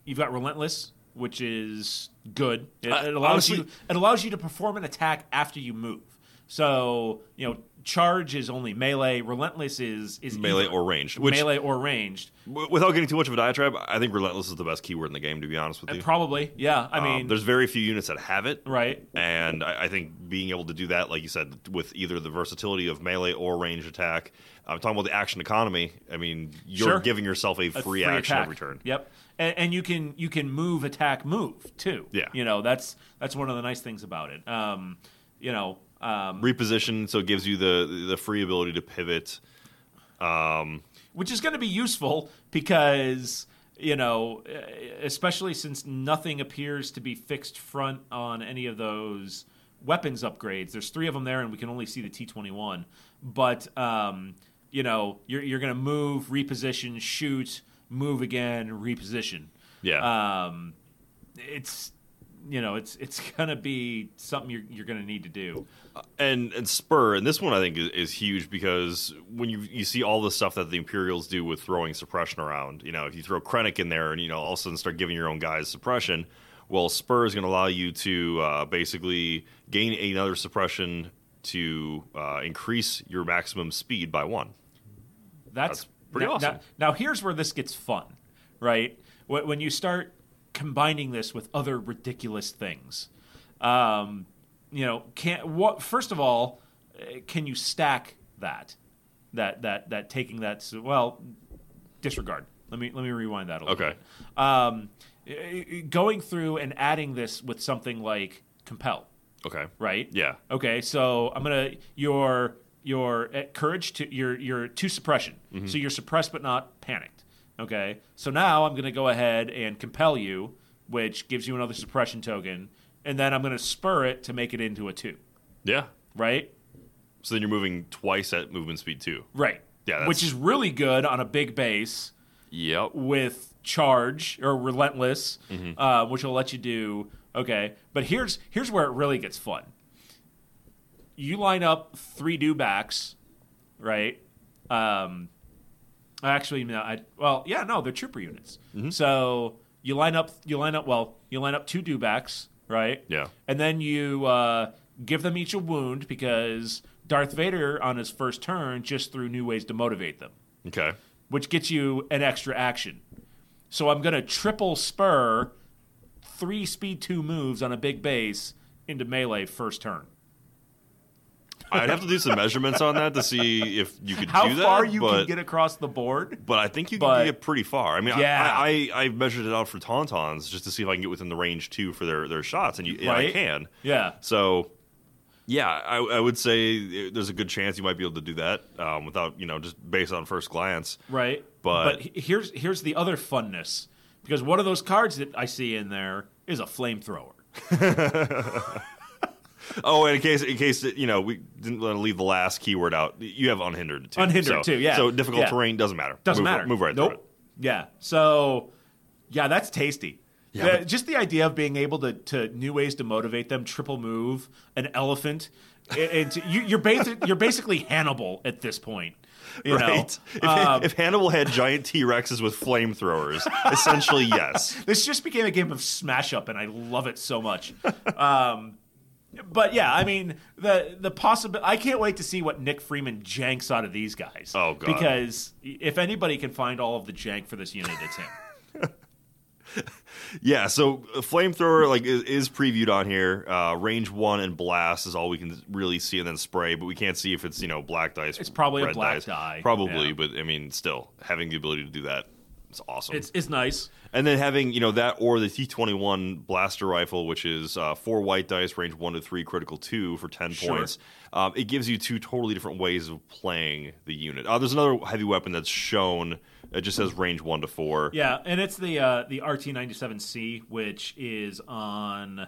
Speaker 7: you've got relentless, which is good. It,
Speaker 6: Uh,
Speaker 7: it allows
Speaker 6: honestly-
Speaker 7: you it allows you to perform an attack after you move. So you know, charge is only melee. Relentless is is
Speaker 6: Melee
Speaker 7: either-
Speaker 6: or ranged, which-
Speaker 7: melee or ranged.
Speaker 6: W- Without getting too much of a diatribe, I think relentless is the best keyword in the game. To be honest with you,
Speaker 7: Uh, Probably, yeah. I
Speaker 6: Um,
Speaker 7: mean,
Speaker 6: there's very few units that have it,
Speaker 7: right.
Speaker 6: And I, I think being able to do that, like you said, with either the versatility of melee or range attack, I'm talking about the action economy. I mean, you're
Speaker 7: Sure.
Speaker 6: giving yourself a free,
Speaker 7: a
Speaker 6: action
Speaker 7: attack.
Speaker 6: every turn.
Speaker 7: Yep, and, and you can you can move attack move too.
Speaker 6: Yeah.
Speaker 7: you know that's that's one of the nice things about it. Um, you know, um,
Speaker 6: Reposition, so it gives you the the free ability to
Speaker 7: Uh,
Speaker 6: pivot.
Speaker 7: which is going to be useful because you know, eh, especially since nothing appears to be fixed front on any of those weapons upgrades. There's three of them there, and we can only see the T21. But um, you know, you're you're going to move, reposition, shoot, move again, reposition.
Speaker 6: Yeah.
Speaker 7: Um, it's you know, it's it's going to be something you're you're going to need to do.
Speaker 6: and and spur and this one I think is, is huge because when you you see all the stuff that the Imperials do with throwing suppression around, you know, if you throw Krennic in there and you know all of a sudden start giving your own guys suppression, well, spur is going to allow you to uh, basically gain another suppression to uh, increase your maximum speed by one.
Speaker 7: That's,
Speaker 6: That's pretty
Speaker 7: now-
Speaker 6: awesome.
Speaker 7: Now, now here's where this gets fun, right? Wh- When you start combining this with other ridiculous things, um, you know, can what? First of all, eh, can you stack that? That that that taking that s- well, disregard. Let me let me rewind that a little.
Speaker 6: Okay.
Speaker 7: Bit. Um, eh, eh, going through and adding this with something like compel
Speaker 6: Okay.
Speaker 7: right?
Speaker 6: Yeah.
Speaker 7: Okay, so I'm gonna your your uh, courage to your your to suppression.
Speaker 6: Mm-hmm.
Speaker 7: So you're suppressed but not panicked. Okay, so now I'm gonna go ahead and compel you, which gives you another suppression token, and then I'm gonna spur it to make it into a two.
Speaker 6: Yeah.
Speaker 7: Right.
Speaker 6: So then you're moving twice at movement speed two.
Speaker 7: Right.
Speaker 6: Yeah, that's-
Speaker 7: Which is really good on a big base
Speaker 6: Yep.
Speaker 7: with charge or relentless, uh, which will let you do okay. But here's here's where it really gets fun. You line up three do backs, right? Um, actually, no, I well, yeah, no, they're trooper units. So you line up, you line up. Well, you line up two do backs, right?
Speaker 6: Yeah.
Speaker 7: and then you uh, give them each a wound because Darth Vader on his first turn just threw new ways to motivate them
Speaker 6: Okay.
Speaker 7: which gets you an extra action. So I'm going to triple spur three speed two moves on a big base into melee first turn.
Speaker 6: I'd have to do some measurements on that to see if you could
Speaker 7: How
Speaker 6: do that.
Speaker 7: far you
Speaker 6: but...
Speaker 7: can get across the board?
Speaker 6: But I think you
Speaker 7: But-
Speaker 6: can get pretty far. I mean,
Speaker 7: Yeah.
Speaker 6: I, I I measured it out for Tauntauns just to see if I can get within the range too for their, their shots, and you, and I
Speaker 7: Right.
Speaker 6: can.
Speaker 7: Yeah.
Speaker 6: So, yeah, I, I would say there's a good chance you might be able to do that um, without you know just based on first glance.
Speaker 7: Right.
Speaker 6: But-
Speaker 7: but he- here's here's the other funness because one of those cards that I see in there is a flamethrower.
Speaker 6: Oh, and in case in case that, you know we didn't want to leave the last keyword out, you have unhindered too.
Speaker 7: Unhindered,
Speaker 6: so,
Speaker 7: too, yeah.
Speaker 6: So difficult
Speaker 7: Yeah.
Speaker 6: terrain doesn't matter.
Speaker 7: Doesn't
Speaker 6: move,
Speaker 7: matter.
Speaker 6: Move right
Speaker 7: Nope.
Speaker 6: through it.
Speaker 7: Yeah. So, yeah, that's tasty.
Speaker 6: Yeah,
Speaker 7: The-
Speaker 6: but-
Speaker 7: just the idea of being able to, to new ways to motivate them, triple move, an elephant. It, it- you, you're basic, you're basically Hannibal at this point. You
Speaker 6: Right. If,
Speaker 7: know, Um,
Speaker 6: if Hannibal had giant T Rexes with flamethrowers, essentially yes.
Speaker 7: this just became a game of smash up, and I love it so much. um, but yeah, I mean the the possible. I can't wait to see what Nick Freeman janks out of these guys.
Speaker 6: Oh, God.
Speaker 7: Because if anybody can find all of the jank for this unit, it's him.
Speaker 6: Yeah, so uh, flamethrower like is, is previewed on here. Uh, range one and blast is all we can really see, and then spray, but we can't see if it's you know black dice.
Speaker 7: It's probably a
Speaker 6: red
Speaker 7: black
Speaker 6: dice.
Speaker 7: die,
Speaker 6: probably.
Speaker 7: yeah.
Speaker 6: But I mean, still having the ability to do that, it's awesome.
Speaker 7: It's it's nice.
Speaker 6: and then having you know that or the T twenty one blaster rifle, which is uh, four white dice, range one to three, critical two for ten
Speaker 7: Sure.
Speaker 6: points. Um, it gives you two totally different ways of playing the unit. Uh, there's another heavy weapon that's shown. It just says range one to four.
Speaker 7: Yeah, and it's the uh, the RT ninety seven C, which is on.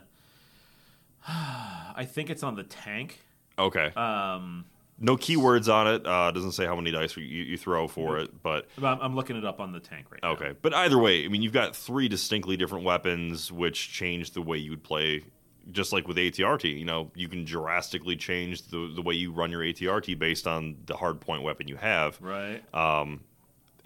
Speaker 7: I think it's on the tank.
Speaker 6: Okay.
Speaker 7: Um,
Speaker 6: No keywords on it. Uh, doesn't say how many dice you, you throw for it, but
Speaker 7: but I'm, I'm looking it up on the tank right now.
Speaker 6: okay. But either way, I mean, you've got three distinctly different weapons, which change the way you would play. Just like with ATRT, you know, you can drastically change the the way you run your ATRT based on the hardpoint weapon you have.
Speaker 7: Right.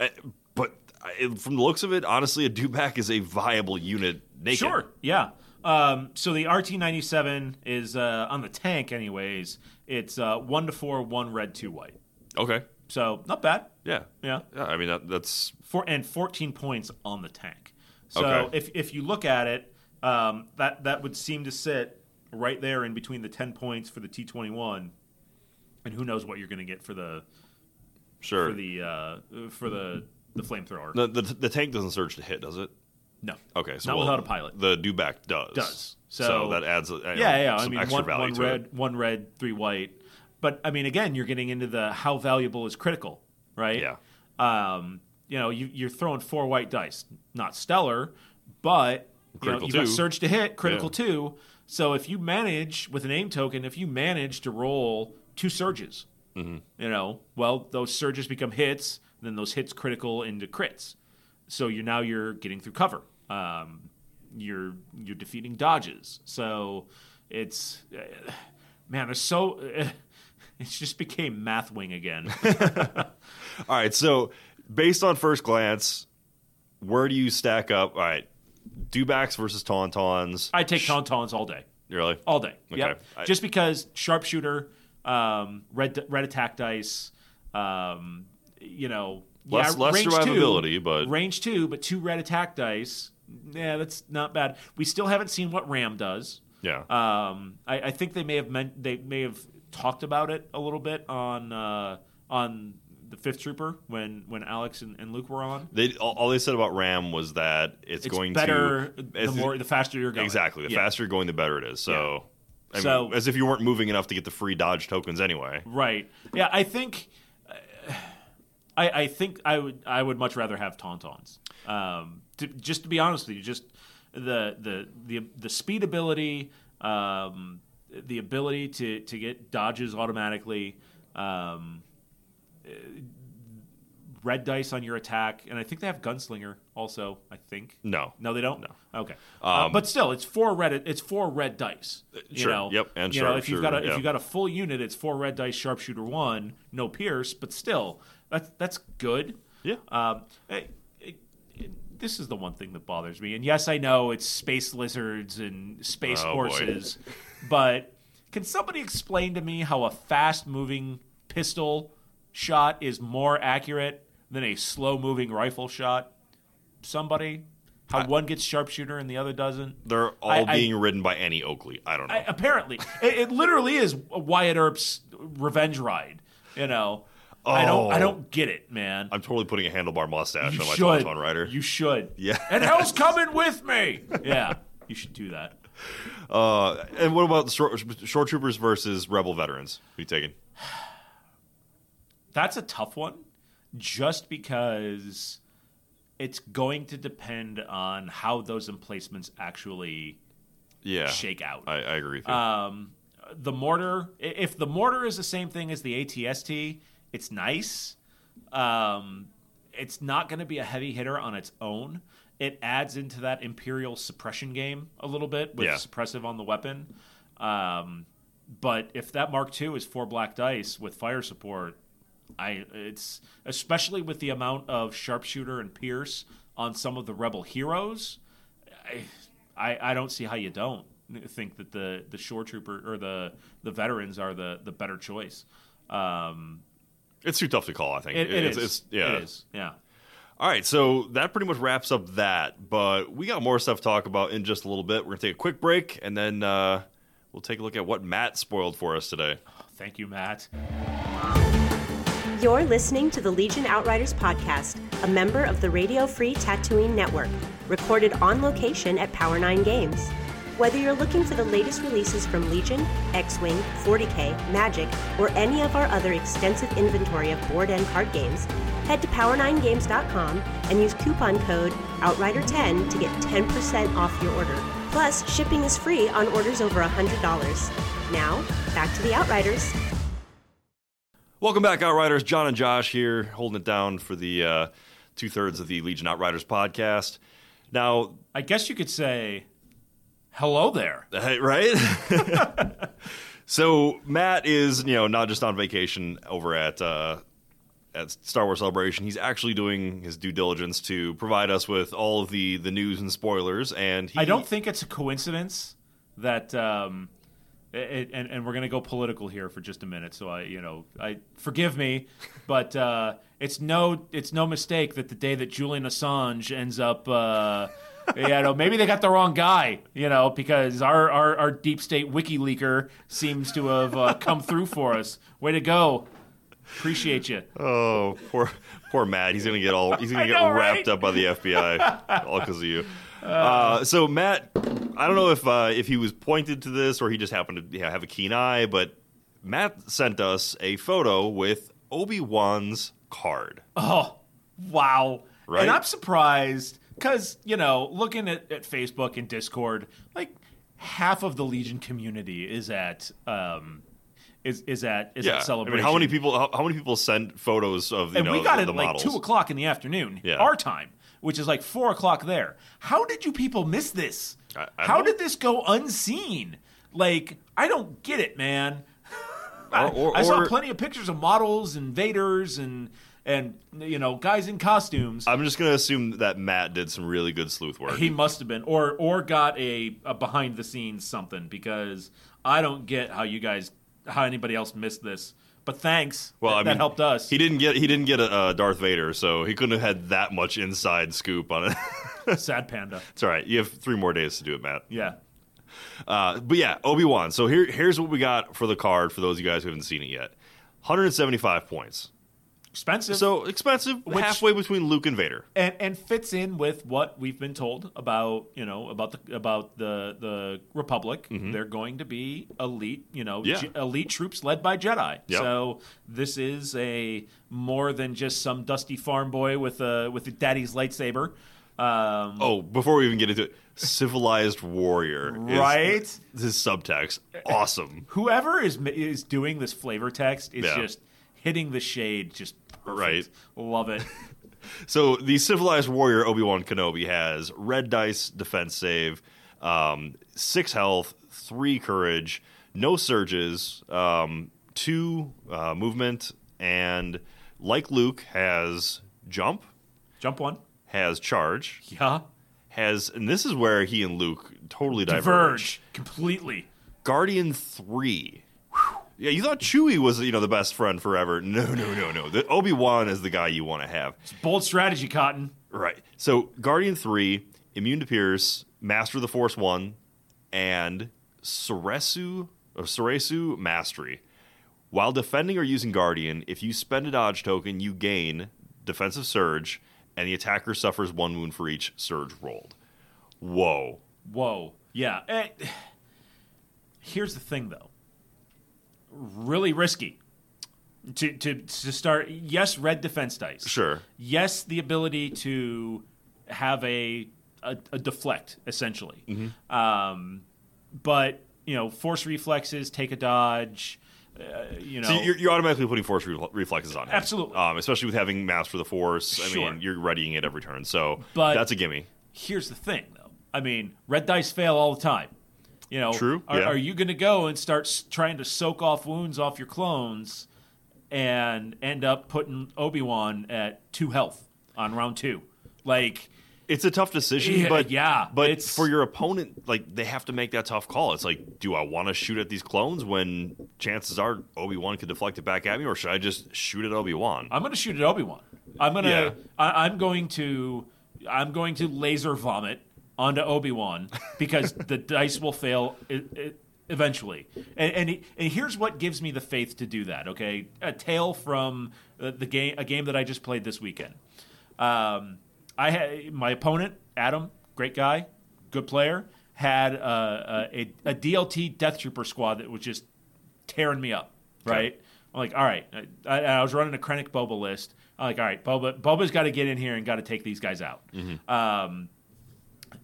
Speaker 6: Eh, But I, from the looks of it, honestly, a Dubac is a viable unit naked.
Speaker 7: Sure. Yeah. Um, so the RT ninety seven is uh, on the tank, anyways. It's uh, one to four, one red, two white.
Speaker 6: Okay.
Speaker 7: So not bad.
Speaker 6: Yeah.
Speaker 7: Yeah.
Speaker 6: Yeah. I mean, that, that's
Speaker 7: Four and 14 points on the tank. So
Speaker 6: Okay.
Speaker 7: if, if you look at it, um, that that would seem to sit right there in between the 10 points for the T21, and who knows what you're going to get for the
Speaker 6: sure.
Speaker 7: for the uh, for the the flamethrower.
Speaker 6: the, the the tank doesn't surge to hit, does it?
Speaker 7: No.
Speaker 6: Okay. So
Speaker 7: not
Speaker 6: well,
Speaker 7: without a pilot.
Speaker 6: The dewback does.
Speaker 7: Does.
Speaker 6: So,
Speaker 7: So-
Speaker 6: that adds uh, you know,
Speaker 7: yeah, yeah. I
Speaker 6: some
Speaker 7: mean,
Speaker 6: extra
Speaker 7: one,
Speaker 6: value
Speaker 7: one
Speaker 6: to
Speaker 7: red,
Speaker 6: it.
Speaker 7: one red, three white. But I mean, again, you're getting into the how valuable is critical, right?
Speaker 6: Yeah.
Speaker 7: Um, you know, you, you're throwing four white dice, not stellar, but you know,
Speaker 6: Critical
Speaker 7: you've got
Speaker 6: two.
Speaker 7: surge to hit, critical
Speaker 6: Yeah.
Speaker 7: two. So if you manage with an aim token, if you manage to roll two surges,
Speaker 6: Mm-hmm.
Speaker 7: you know, well, those surges become hits, then those hits critical into crits. So you're now you're getting through cover. Um, you're you're defeating dodges. So it's uh, man, there's so uh, it just became math wing again.
Speaker 6: All right. So based on first glance, where do you stack up? All right. Dewbacks versus Tauntauns.
Speaker 7: I take tauntauns all day.
Speaker 6: really?
Speaker 7: all day.
Speaker 6: Okay.
Speaker 7: Yep.
Speaker 6: I-
Speaker 7: Just because sharpshooter, um, red red attack dice, um, you know,
Speaker 6: Less-
Speaker 7: yeah,
Speaker 6: less
Speaker 7: range two,
Speaker 6: survivability, but-
Speaker 7: range two, but two red attack dice. Yeah, that's not bad. We still haven't seen what Ram does.
Speaker 6: Yeah.
Speaker 7: Um, I, I think they may have meant they may have talked about it a little bit on uh, on the Fifth Trooper when when Alex and, and Luke were on.
Speaker 6: They all, all they said about RAM was that it's,
Speaker 7: It's
Speaker 6: going
Speaker 7: better
Speaker 6: to
Speaker 7: the more the faster you're going.
Speaker 6: exactly the
Speaker 7: Yeah.
Speaker 6: faster you're going, the better it is. So, I mean,
Speaker 7: So-
Speaker 6: as if you weren't moving enough to get the free dodge tokens anyway.
Speaker 7: Right. Yeah, I think I, I think I would I would much rather have tauntauns. Um, to, just to be honest with you, just the the the the speed ability, um, the ability to to get dodges automatically, um, uh, red dice on your attack, and I think they have gunslinger also. I think
Speaker 6: No. Um,
Speaker 7: no, they don't. No, okay, Uh, but still, it's four red. It's four red dice. You
Speaker 6: uh, sure.
Speaker 7: know?
Speaker 6: Yep, and
Speaker 7: you know, if you've got
Speaker 6: sharpshooter,
Speaker 7: a, if
Speaker 6: yeah.
Speaker 7: you got a full unit, it's four red dice, sharpshooter one, no pierce, but still, that's that's good.
Speaker 6: Yeah.
Speaker 7: Um, eh, eh, eh, this is the one thing that bothers me, and yes, I know it's space lizards and space
Speaker 6: Oh, boy.
Speaker 7: horses, but can somebody explain to me how a fast-moving pistol shot is more accurate than a slow-moving rifle shot? Somebody, how one gets sharpshooter and the other doesn't?
Speaker 6: They're all
Speaker 7: I- I-
Speaker 6: being ridden by Annie Oakley. I don't know.
Speaker 7: I, uh, apparently, it, it literally is Wyatt Earp's revenge ride. You know, I don't, I
Speaker 6: Oh.
Speaker 7: don't get it, man.
Speaker 6: I'm totally putting a handlebar mustache
Speaker 7: you
Speaker 6: on my
Speaker 7: should,
Speaker 6: Tauntaun rider.
Speaker 7: you should,
Speaker 6: Yeah.
Speaker 7: And hell's coming with me. Yeah, you should do that.
Speaker 6: Uh, and what about the short, short troopers versus rebel veterans? Who you taking?
Speaker 7: That's a tough one, just because it's going to depend on how those emplacements actually
Speaker 6: Yeah,
Speaker 7: shake out.
Speaker 6: I, I agree with you.
Speaker 7: um, the mortar i- if the mortar is the same thing as the ATST, it's nice. Um, it's not going to be a heavy hitter on its own. It adds into that imperial suppression game a little bit with
Speaker 6: Yeah.
Speaker 7: suppressive on the weapon. Um, but if that Mark II is four black dice with fire support, I it's especially with the amount of sharpshooter and pierce on some of the rebel heroes. I, I, I don't see how you don't think that the the shore trooper or the the veterans are the the better choice. Um,
Speaker 6: it's too tough to call. I think
Speaker 7: it, it
Speaker 6: it's,
Speaker 7: is.
Speaker 6: it's- yeah.
Speaker 7: It is. Yeah.
Speaker 6: All right, so that pretty much wraps up that, but we got more stuff to talk about in just a little bit. We're going to take a quick break, and then uh, we'll take a look at what Matt spoiled for us today.
Speaker 7: Oh, Thank you, Matt.
Speaker 1: You're listening to the Legion Outriders podcast, a member of the Radio Free Tatooine Network, recorded on location at Power 9 Games. Whether you're looking for the latest releases from Legion, X Wing, 40K, Magic, or any of our other extensive inventory of board and card games, head to power9games.com and use coupon code OUTRIDER10 to get 10% off your order. Plus, shipping is free on orders over $100. Now, back to the Outriders.
Speaker 6: Welcome back, Outriders. John and Josh here, holding it down for the uh, two thirds of the Legion Outriders podcast. Now,
Speaker 7: I guess you could say, hello there.
Speaker 6: Uh, right? so Matt is, you know, not just on vacation over at uh, at Star Wars Celebration. He's actually doing his due diligence to provide us with all of the the news and spoilers. And he,
Speaker 7: I don't think it's a coincidence that um, it, and, and we're going to go political here for just a minute. So I, you know, I forgive me, but uh, it's no, it's no mistake that the day that Julian Assange ends up, uh, you know, maybe they got the wrong guy, you know, because our our, our deep state wiki leaker seems to have uh, come through for us. Way to go! Appreciate you.
Speaker 6: Oh, poor, poor Matt. He's gonna get all. He's gonna
Speaker 7: I
Speaker 6: get
Speaker 7: know,
Speaker 6: wrapped
Speaker 7: right?
Speaker 6: up by the FBI, all because of you. Uh, so Matt, I don't know if uh, if he was pointed to this or he just happened to you know, have a keen eye, but Matt sent us a photo with Obi Wan's card.
Speaker 7: Oh, wow.
Speaker 6: Right?
Speaker 7: And I'm surprised because, you know, looking at, at Facebook and Discord, like half of the Legion community is at. Um, is, is at is at
Speaker 6: I
Speaker 7: celebration?
Speaker 6: mean, how many people? How, how many people send photos of you
Speaker 7: And
Speaker 6: know
Speaker 7: we got
Speaker 6: the,
Speaker 7: it
Speaker 6: the
Speaker 7: at like
Speaker 6: models?
Speaker 7: two o'clock in the afternoon,
Speaker 6: Yeah.
Speaker 7: our time, which is like four o'clock there. How did you people miss this?
Speaker 6: I- I
Speaker 7: how
Speaker 6: don't-
Speaker 7: did this go unseen? Like I don't get it, man.
Speaker 6: Or- or-
Speaker 7: I saw
Speaker 6: or-
Speaker 7: plenty of pictures of models and Vaders and and you know guys in costumes.
Speaker 6: I'm just gonna assume that Matt did some really good sleuth work.
Speaker 7: He must have been, or or got a, a behind the scenes something because I don't get how you guys, how anybody else missed this. But thanks,
Speaker 6: Well,
Speaker 7: that,
Speaker 6: I mean,
Speaker 7: that helped us.
Speaker 6: He didn't get he didn't get a, uh Darth Vader, so he couldn't have had that much inside scoop on it.
Speaker 7: Sad panda.
Speaker 6: it's all right. You have three more days to do it, Matt.
Speaker 7: Yeah,
Speaker 6: Uh, but yeah, Obi Wan. So here here's what we got for the card for those of you guys who haven't seen it yet. 175 points.
Speaker 7: expensive.
Speaker 6: So expensive,
Speaker 7: Which-
Speaker 6: halfway between Luke and Vader.
Speaker 7: and and fits in with what we've been told about you know about the about the the republic they're going to be elite you know
Speaker 6: Mm-hmm. Yeah.
Speaker 7: Je- elite troops led by jedi
Speaker 6: Yeah.
Speaker 7: so this is a more than just some dusty farm boy with a with a daddy's lightsaber um
Speaker 6: Oh, before we even get into it, civilized warrior, is-
Speaker 7: Right?
Speaker 6: His subtext, awesome.
Speaker 7: whoever is ma- is doing this flavor text is
Speaker 6: Yeah.
Speaker 7: just hitting the shade just perfect.
Speaker 6: Right.
Speaker 7: love it
Speaker 6: So the civilized warrior Obi Wan Kenobi has red dice defense save, um, six health, three courage, no surges, um, two uh, movement, and like Luke has jump,
Speaker 7: jump one
Speaker 6: has charge,
Speaker 7: yeah
Speaker 6: has and this is where he and Luke totally diverge.
Speaker 7: diverge completely
Speaker 6: Guardian three. Yeah, you thought Chewie was you know the best friend forever. No, no, no, no. The Obi Wan is the guy you want to have.
Speaker 7: bold strategy cotton
Speaker 6: Right. So Guardian 3, Immune to Pierce, Master of the Force 1, and Suresu or Suresu Mastery. While defending or using Guardian, if you spend a dodge token, you gain defensive surge, and the attacker suffers one wound for each surge rolled. Whoa.
Speaker 7: Whoa. Yeah. Eh, Here's the thing, though. Really risky to, to, to start. Yes, red defense dice.
Speaker 6: Sure.
Speaker 7: Yes, the ability to have a, a, a deflect, essentially.
Speaker 6: Mm-hmm.
Speaker 7: Um, but, you know, force reflexes, take a dodge, uh, you know.
Speaker 6: So you're, you're automatically putting force re- reflexes on him.
Speaker 7: Absolutely.
Speaker 6: Um, especially with having Master of the Force. I
Speaker 7: Sure.
Speaker 6: mean, you're readying it every turn. So
Speaker 7: But-
Speaker 6: that's a gimme.
Speaker 7: here's the thing though i mean red dice fail all the time you know
Speaker 6: True,
Speaker 7: are,
Speaker 6: yeah.
Speaker 7: are you going to go and start s- trying to soak off wounds off your clones and end up putting obi-wan at two health on round two like
Speaker 6: It's a tough decision,
Speaker 7: Yeah,
Speaker 6: but
Speaker 7: yeah,
Speaker 6: but
Speaker 7: it's-
Speaker 6: for your opponent, like they have to make that tough call. It's like, do I want to shoot at these clones when chances are Obi Wan could deflect it back at me, or should I just shoot at Obi Wan?
Speaker 7: i'm going to shoot at obi-wan i'm going to
Speaker 6: Yeah.
Speaker 7: I, i'm going to i'm going to laser vomit onto obi-wan because the dice will fail i i eventually and, and he- and here's what gives me the faith to do that okay a tale from uh, the game a game that i just played this weekend Um, I had my opponent Adam, great guy, good player, had uh, a, a, a DLT Death Trooper squad that was just tearing me up. Right, I'm like, all right, I, I, I was running a Krennic Boba list. I'm like, all right, Boba, Boba's got to get in here and got to take these guys out. Um,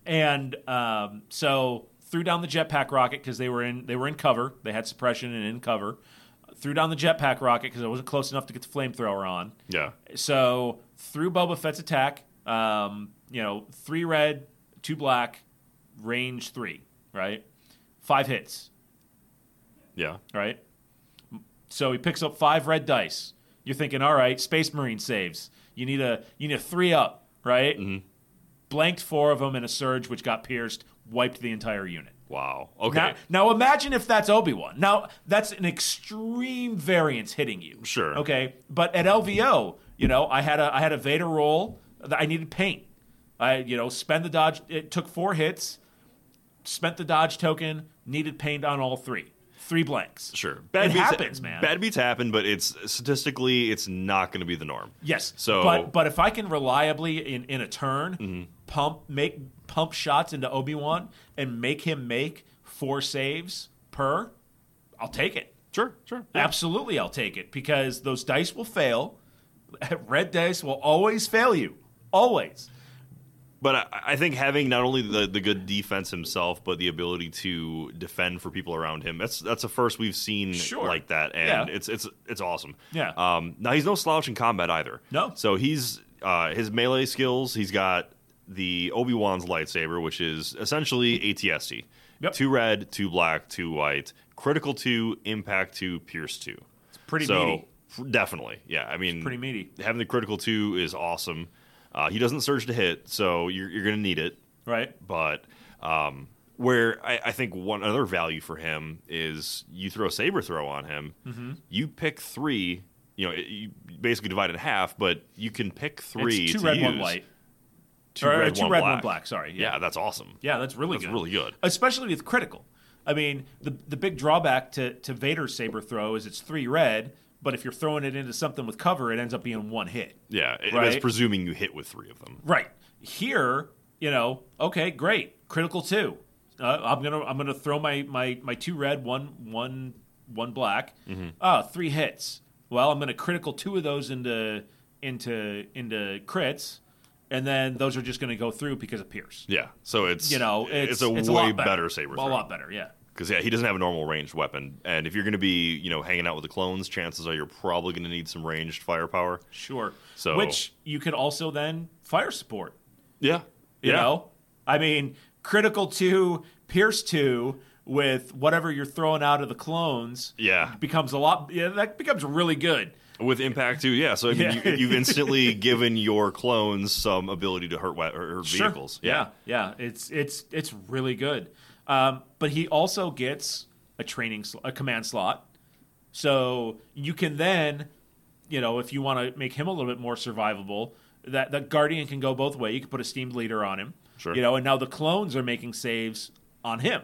Speaker 7: and um, so threw down the jetpack rocket because they were in they were in cover. They had suppression and in cover. Threw down the jetpack rocket because I wasn't close enough to get the flamethrower on.
Speaker 6: Yeah,
Speaker 7: So through Boba Fett's attack, um, you know, three red, two black, range three, right? Five hits,
Speaker 6: yeah,
Speaker 7: right? So he picks up five red dice. You're thinking, all right, Space Marine saves. You need a you need a three up, right? Blanked four of them in a surge, which got pierced, wiped the entire unit.
Speaker 6: Wow. Okay.
Speaker 7: Now, now imagine if that's Obi Wan. Now that's an extreme variance hitting you.
Speaker 6: Sure.
Speaker 7: Okay. But at LVO, you know, I had a I had a Vader roll. that I needed paint. I you know spend the dodge. It took four hits. Spent the dodge token. Needed paint on all three. Three blanks.
Speaker 6: Sure.
Speaker 7: Bad it
Speaker 6: beats-
Speaker 7: happens, man.
Speaker 6: Bad beats happen, but it's statistically it's not going to be the norm.
Speaker 7: Yes.
Speaker 6: So Mm-hmm.
Speaker 7: but but if I can reliably in in a turn pump make pump shots into Obi Wan and make him make four saves per, I'll take it.
Speaker 6: sure, sure.
Speaker 7: Absolutely, I'll take it because those dice will fail. Red dice will always fail you, always.
Speaker 6: But I, I think having not only the, the good defense himself, but the ability to defend for people around him that's that's a first we've seen
Speaker 7: Sure.
Speaker 6: like that, and
Speaker 7: Yeah.
Speaker 6: it's it's it's awesome.
Speaker 7: Yeah.
Speaker 6: Um. Now he's no slouch in combat either.
Speaker 7: No.
Speaker 6: So he's uh his melee skills. He's got the Obi Wan's lightsaber, which is essentially ATST.
Speaker 7: Yep.
Speaker 6: Two red, two black, two white. Critical two, impact two, pierce two. It's
Speaker 7: pretty
Speaker 6: so,
Speaker 7: meaty.
Speaker 6: f- Definitely, yeah. I mean,
Speaker 7: pretty meaty.
Speaker 6: Having the critical two is awesome. Uh, he doesn't surge to hit, so you're, you're going to need it.
Speaker 7: Right.
Speaker 6: But um, where I, I think one other value for him is you throw a saber throw on him,
Speaker 7: Mm-hmm.
Speaker 6: you pick three. You know, it- you basically divide it in half, but you can pick three.
Speaker 7: It's two
Speaker 6: to
Speaker 7: red, one
Speaker 6: use.
Speaker 7: white.
Speaker 6: Two
Speaker 7: Or, uh,
Speaker 6: red,
Speaker 7: two
Speaker 6: one,
Speaker 7: red,
Speaker 6: black.
Speaker 7: one black, sorry,
Speaker 6: Yeah.
Speaker 7: yeah.
Speaker 6: that's awesome.
Speaker 7: Yeah, that's really
Speaker 6: That's
Speaker 7: good.
Speaker 6: really good.
Speaker 7: Especially with critical. I mean, the the big drawback to, to Vader's saber throw is it's three red, but if you're throwing it into something with cover, it ends up being one hit.
Speaker 6: Yeah, it- that's
Speaker 7: Right.
Speaker 6: presuming you hit with three of them.
Speaker 7: Right. Here, you know, okay, great. Critical two. Uh, I'm gonna I'm gonna throw my my my two red, one one one black.
Speaker 6: Mm-hmm.
Speaker 7: Oh, three hits. Well, I'm gonna critical two of those into into into crits, and then those are just gonna go through because of Pierce.
Speaker 6: Yeah, so it's
Speaker 7: You know, it's,
Speaker 6: a
Speaker 7: it's
Speaker 6: way
Speaker 7: lot better,
Speaker 6: saber
Speaker 7: A
Speaker 6: throw.
Speaker 7: lot better, yeah.
Speaker 6: Because yeah, he doesn't have a normal ranged weapon, and if you're going to be you know hanging out with the clones, chances are you're probably going to need some ranged firepower.
Speaker 7: Sure.
Speaker 6: So-
Speaker 7: which you could also then fire support.
Speaker 6: Yeah,
Speaker 7: You
Speaker 6: yeah.
Speaker 7: know, I mean, critical two, Pierce two, with whatever you're throwing out of the clones.
Speaker 6: Yeah.
Speaker 7: becomes a lot. Yeah, that becomes really good.
Speaker 6: with impact too. Yeah, so I mean,
Speaker 7: Yeah.
Speaker 6: you, you've instantly given your clones some ability to hurt we- or hurt vehicles.
Speaker 7: Sure. Yeah. yeah, It's it's it's really good. Um, but he also gets a training sl- a command slot, so you can then, you know, if you want to make him a little bit more survivable, that that guardian can go both way. You can put a steamed leader on him.
Speaker 6: Sure.
Speaker 7: You know, and now the clones are making saves on him.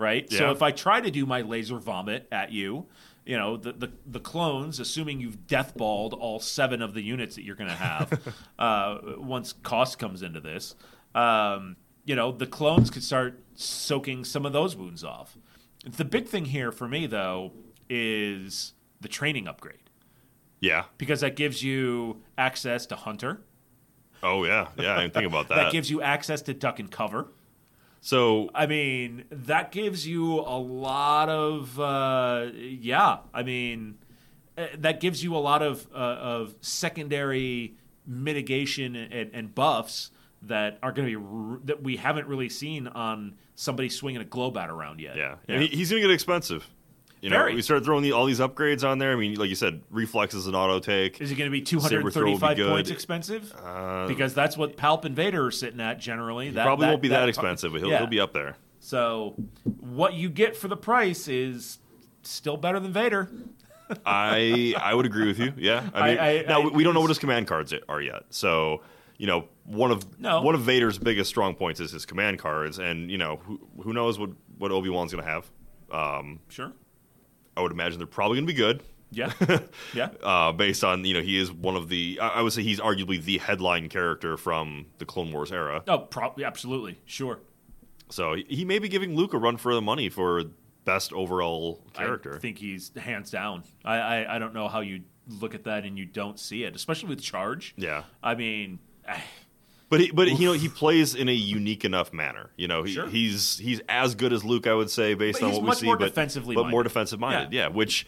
Speaker 7: right? So
Speaker 6: Yeah.
Speaker 7: if I try to do my laser vomit at you, you know, the the, the clones, assuming you've deathballed all seven of the units that you're going to have, uh, once cost comes into this, um, you know, the clones could start soaking some of those wounds off. The big thing here for me though is the training upgrade
Speaker 6: yeah.
Speaker 7: because that gives you access to hunter,
Speaker 6: Oh yeah, yeah. I didn't think about that.
Speaker 7: that gives you access to duck and cover.
Speaker 6: so
Speaker 7: I mean, that gives you a lot of uh, yeah. I mean, uh, that gives you a lot of uh, of secondary mitigation and, and buffs that are going to be r- that we haven't really seen on somebody swinging a globe out around yet.
Speaker 6: yeah, And he, he's going to get expensive. You know,
Speaker 7: Very.
Speaker 6: we started throwing the, all these upgrades on there. I mean, like you said, reflexes and auto take.
Speaker 7: Is it going to be
Speaker 6: Saber throw will be
Speaker 7: 235
Speaker 6: good. Uh,
Speaker 7: points expensive? because that's what Palp and Vader are sitting at generally. That
Speaker 6: Probably won't be that,
Speaker 7: tar-
Speaker 6: expensive, but he'll,
Speaker 7: Yeah.
Speaker 6: he'll be up there.
Speaker 7: So, what you get for the price is still better than Vader.
Speaker 6: I I would agree with you. Yeah. I mean,
Speaker 7: I- I-
Speaker 6: now
Speaker 7: I-
Speaker 6: we- we don't know what his command cards are yet. So you know, one of
Speaker 7: No.
Speaker 6: one of Vader's biggest strong points is his command cards, and you know, who who knows what what Obi Wan's going to have. Um,
Speaker 7: Sure.
Speaker 6: I would imagine they're probably going to be good.
Speaker 7: Yeah. yeah.
Speaker 6: Uh, based on you know he is one of the I I would say he's arguably the headline character from the Clone Wars era,
Speaker 7: Oh, probably, absolutely, sure.
Speaker 6: so he- he may be giving Luke a run for the money for best overall character.
Speaker 7: I think he's hands down. I, I, I don't know how you look at that and you don't see it, especially with charge.
Speaker 6: Yeah.
Speaker 7: I mean, ah,
Speaker 6: But he, but you know he plays in a unique enough manner. You know he,
Speaker 7: Sure.
Speaker 6: he's he's as good as Luke, I would say, based
Speaker 7: But
Speaker 6: on
Speaker 7: he's
Speaker 6: what we
Speaker 7: much
Speaker 6: see,
Speaker 7: more
Speaker 6: but
Speaker 7: defensively
Speaker 6: but more
Speaker 7: minded.
Speaker 6: defensive minded, yeah. which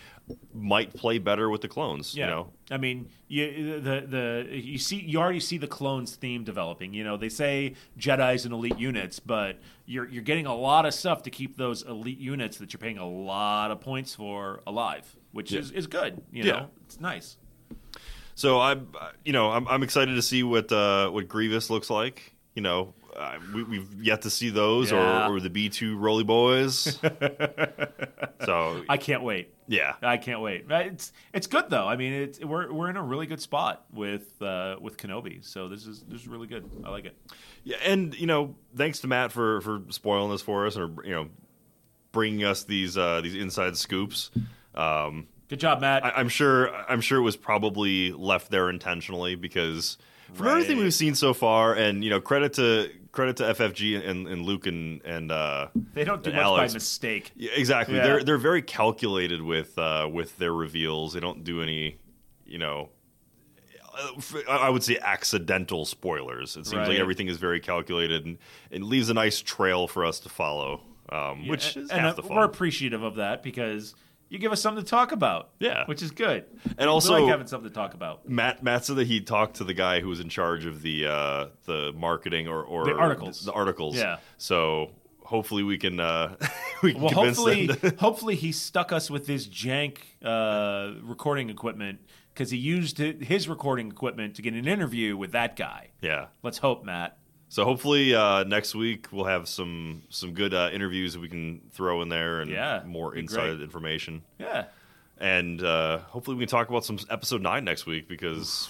Speaker 6: might play better with the clones.
Speaker 7: yeah.
Speaker 6: You know,
Speaker 7: I mean, you the the you see you already see the clones theme developing. You know, they say Jedi's and elite units, but you're you're getting a lot of stuff to keep those elite units that you're paying a lot of points for alive, which
Speaker 6: Yeah.
Speaker 7: is, is good. You
Speaker 6: Yeah.
Speaker 7: know, it's nice.
Speaker 6: so I'm uh, you know I'm, I'm excited to see what uh, what Grievous looks like. You know, uh, we, we've yet to see those
Speaker 7: Yeah.
Speaker 6: or, or the B two Roly Boys. so
Speaker 7: I can't wait.
Speaker 6: yeah,
Speaker 7: I can't wait. Uh, It's it's good though. I mean, it's we're we're in a really good spot with uh, with Kenobi. So this is this is really good. I like it.
Speaker 6: Yeah, and you know, thanks to Matt for for spoiling this for us, or you know, bringing us these uh, these inside scoops. Um,
Speaker 7: Good job, Matt.
Speaker 6: I, I'm sure I'm sure it was probably left there intentionally because from everything
Speaker 7: Right.
Speaker 6: we've seen so far, and you know, credit to credit to FFG and, and Luke and and uh,
Speaker 7: they don't do
Speaker 6: and
Speaker 7: much
Speaker 6: Alex.
Speaker 7: by mistake.
Speaker 6: Yeah, exactly.
Speaker 7: Yeah.
Speaker 6: They're they're very calculated with uh, with their reveals. They don't do any, you know, uh, f- I would say accidental spoilers. It seems
Speaker 7: Right.
Speaker 6: like everything is very calculated and, and leaves a nice trail for us to follow, um, which
Speaker 7: Yeah,
Speaker 6: is
Speaker 7: and
Speaker 6: half
Speaker 7: uh,
Speaker 6: the
Speaker 7: we're
Speaker 6: fun.
Speaker 7: appreciative of that because you give us something to talk about.
Speaker 6: Yeah.
Speaker 7: which is good.
Speaker 6: And also-
Speaker 7: we like having something to talk about.
Speaker 6: Matt Matt said that he talked to the guy who was in charge of the uh, the marketing or, or
Speaker 7: The articles.
Speaker 6: The, articles.
Speaker 7: Yeah.
Speaker 6: So hopefully we can uh, we can
Speaker 7: Well,
Speaker 6: convince
Speaker 7: hopefully,
Speaker 6: them. to-
Speaker 7: hopefully he stuck us with his jank uh, recording equipment because he used hi- his recording equipment to get an interview with that guy.
Speaker 6: yeah.
Speaker 7: Let's hope, Matt.
Speaker 6: So hopefully uh, next week we'll have some some good uh, interviews that we can throw in there and
Speaker 7: Yeah,
Speaker 6: more
Speaker 7: be
Speaker 6: inside
Speaker 7: great.
Speaker 6: information.
Speaker 7: Yeah,
Speaker 6: And uh, hopefully we can talk about some episode nine next week because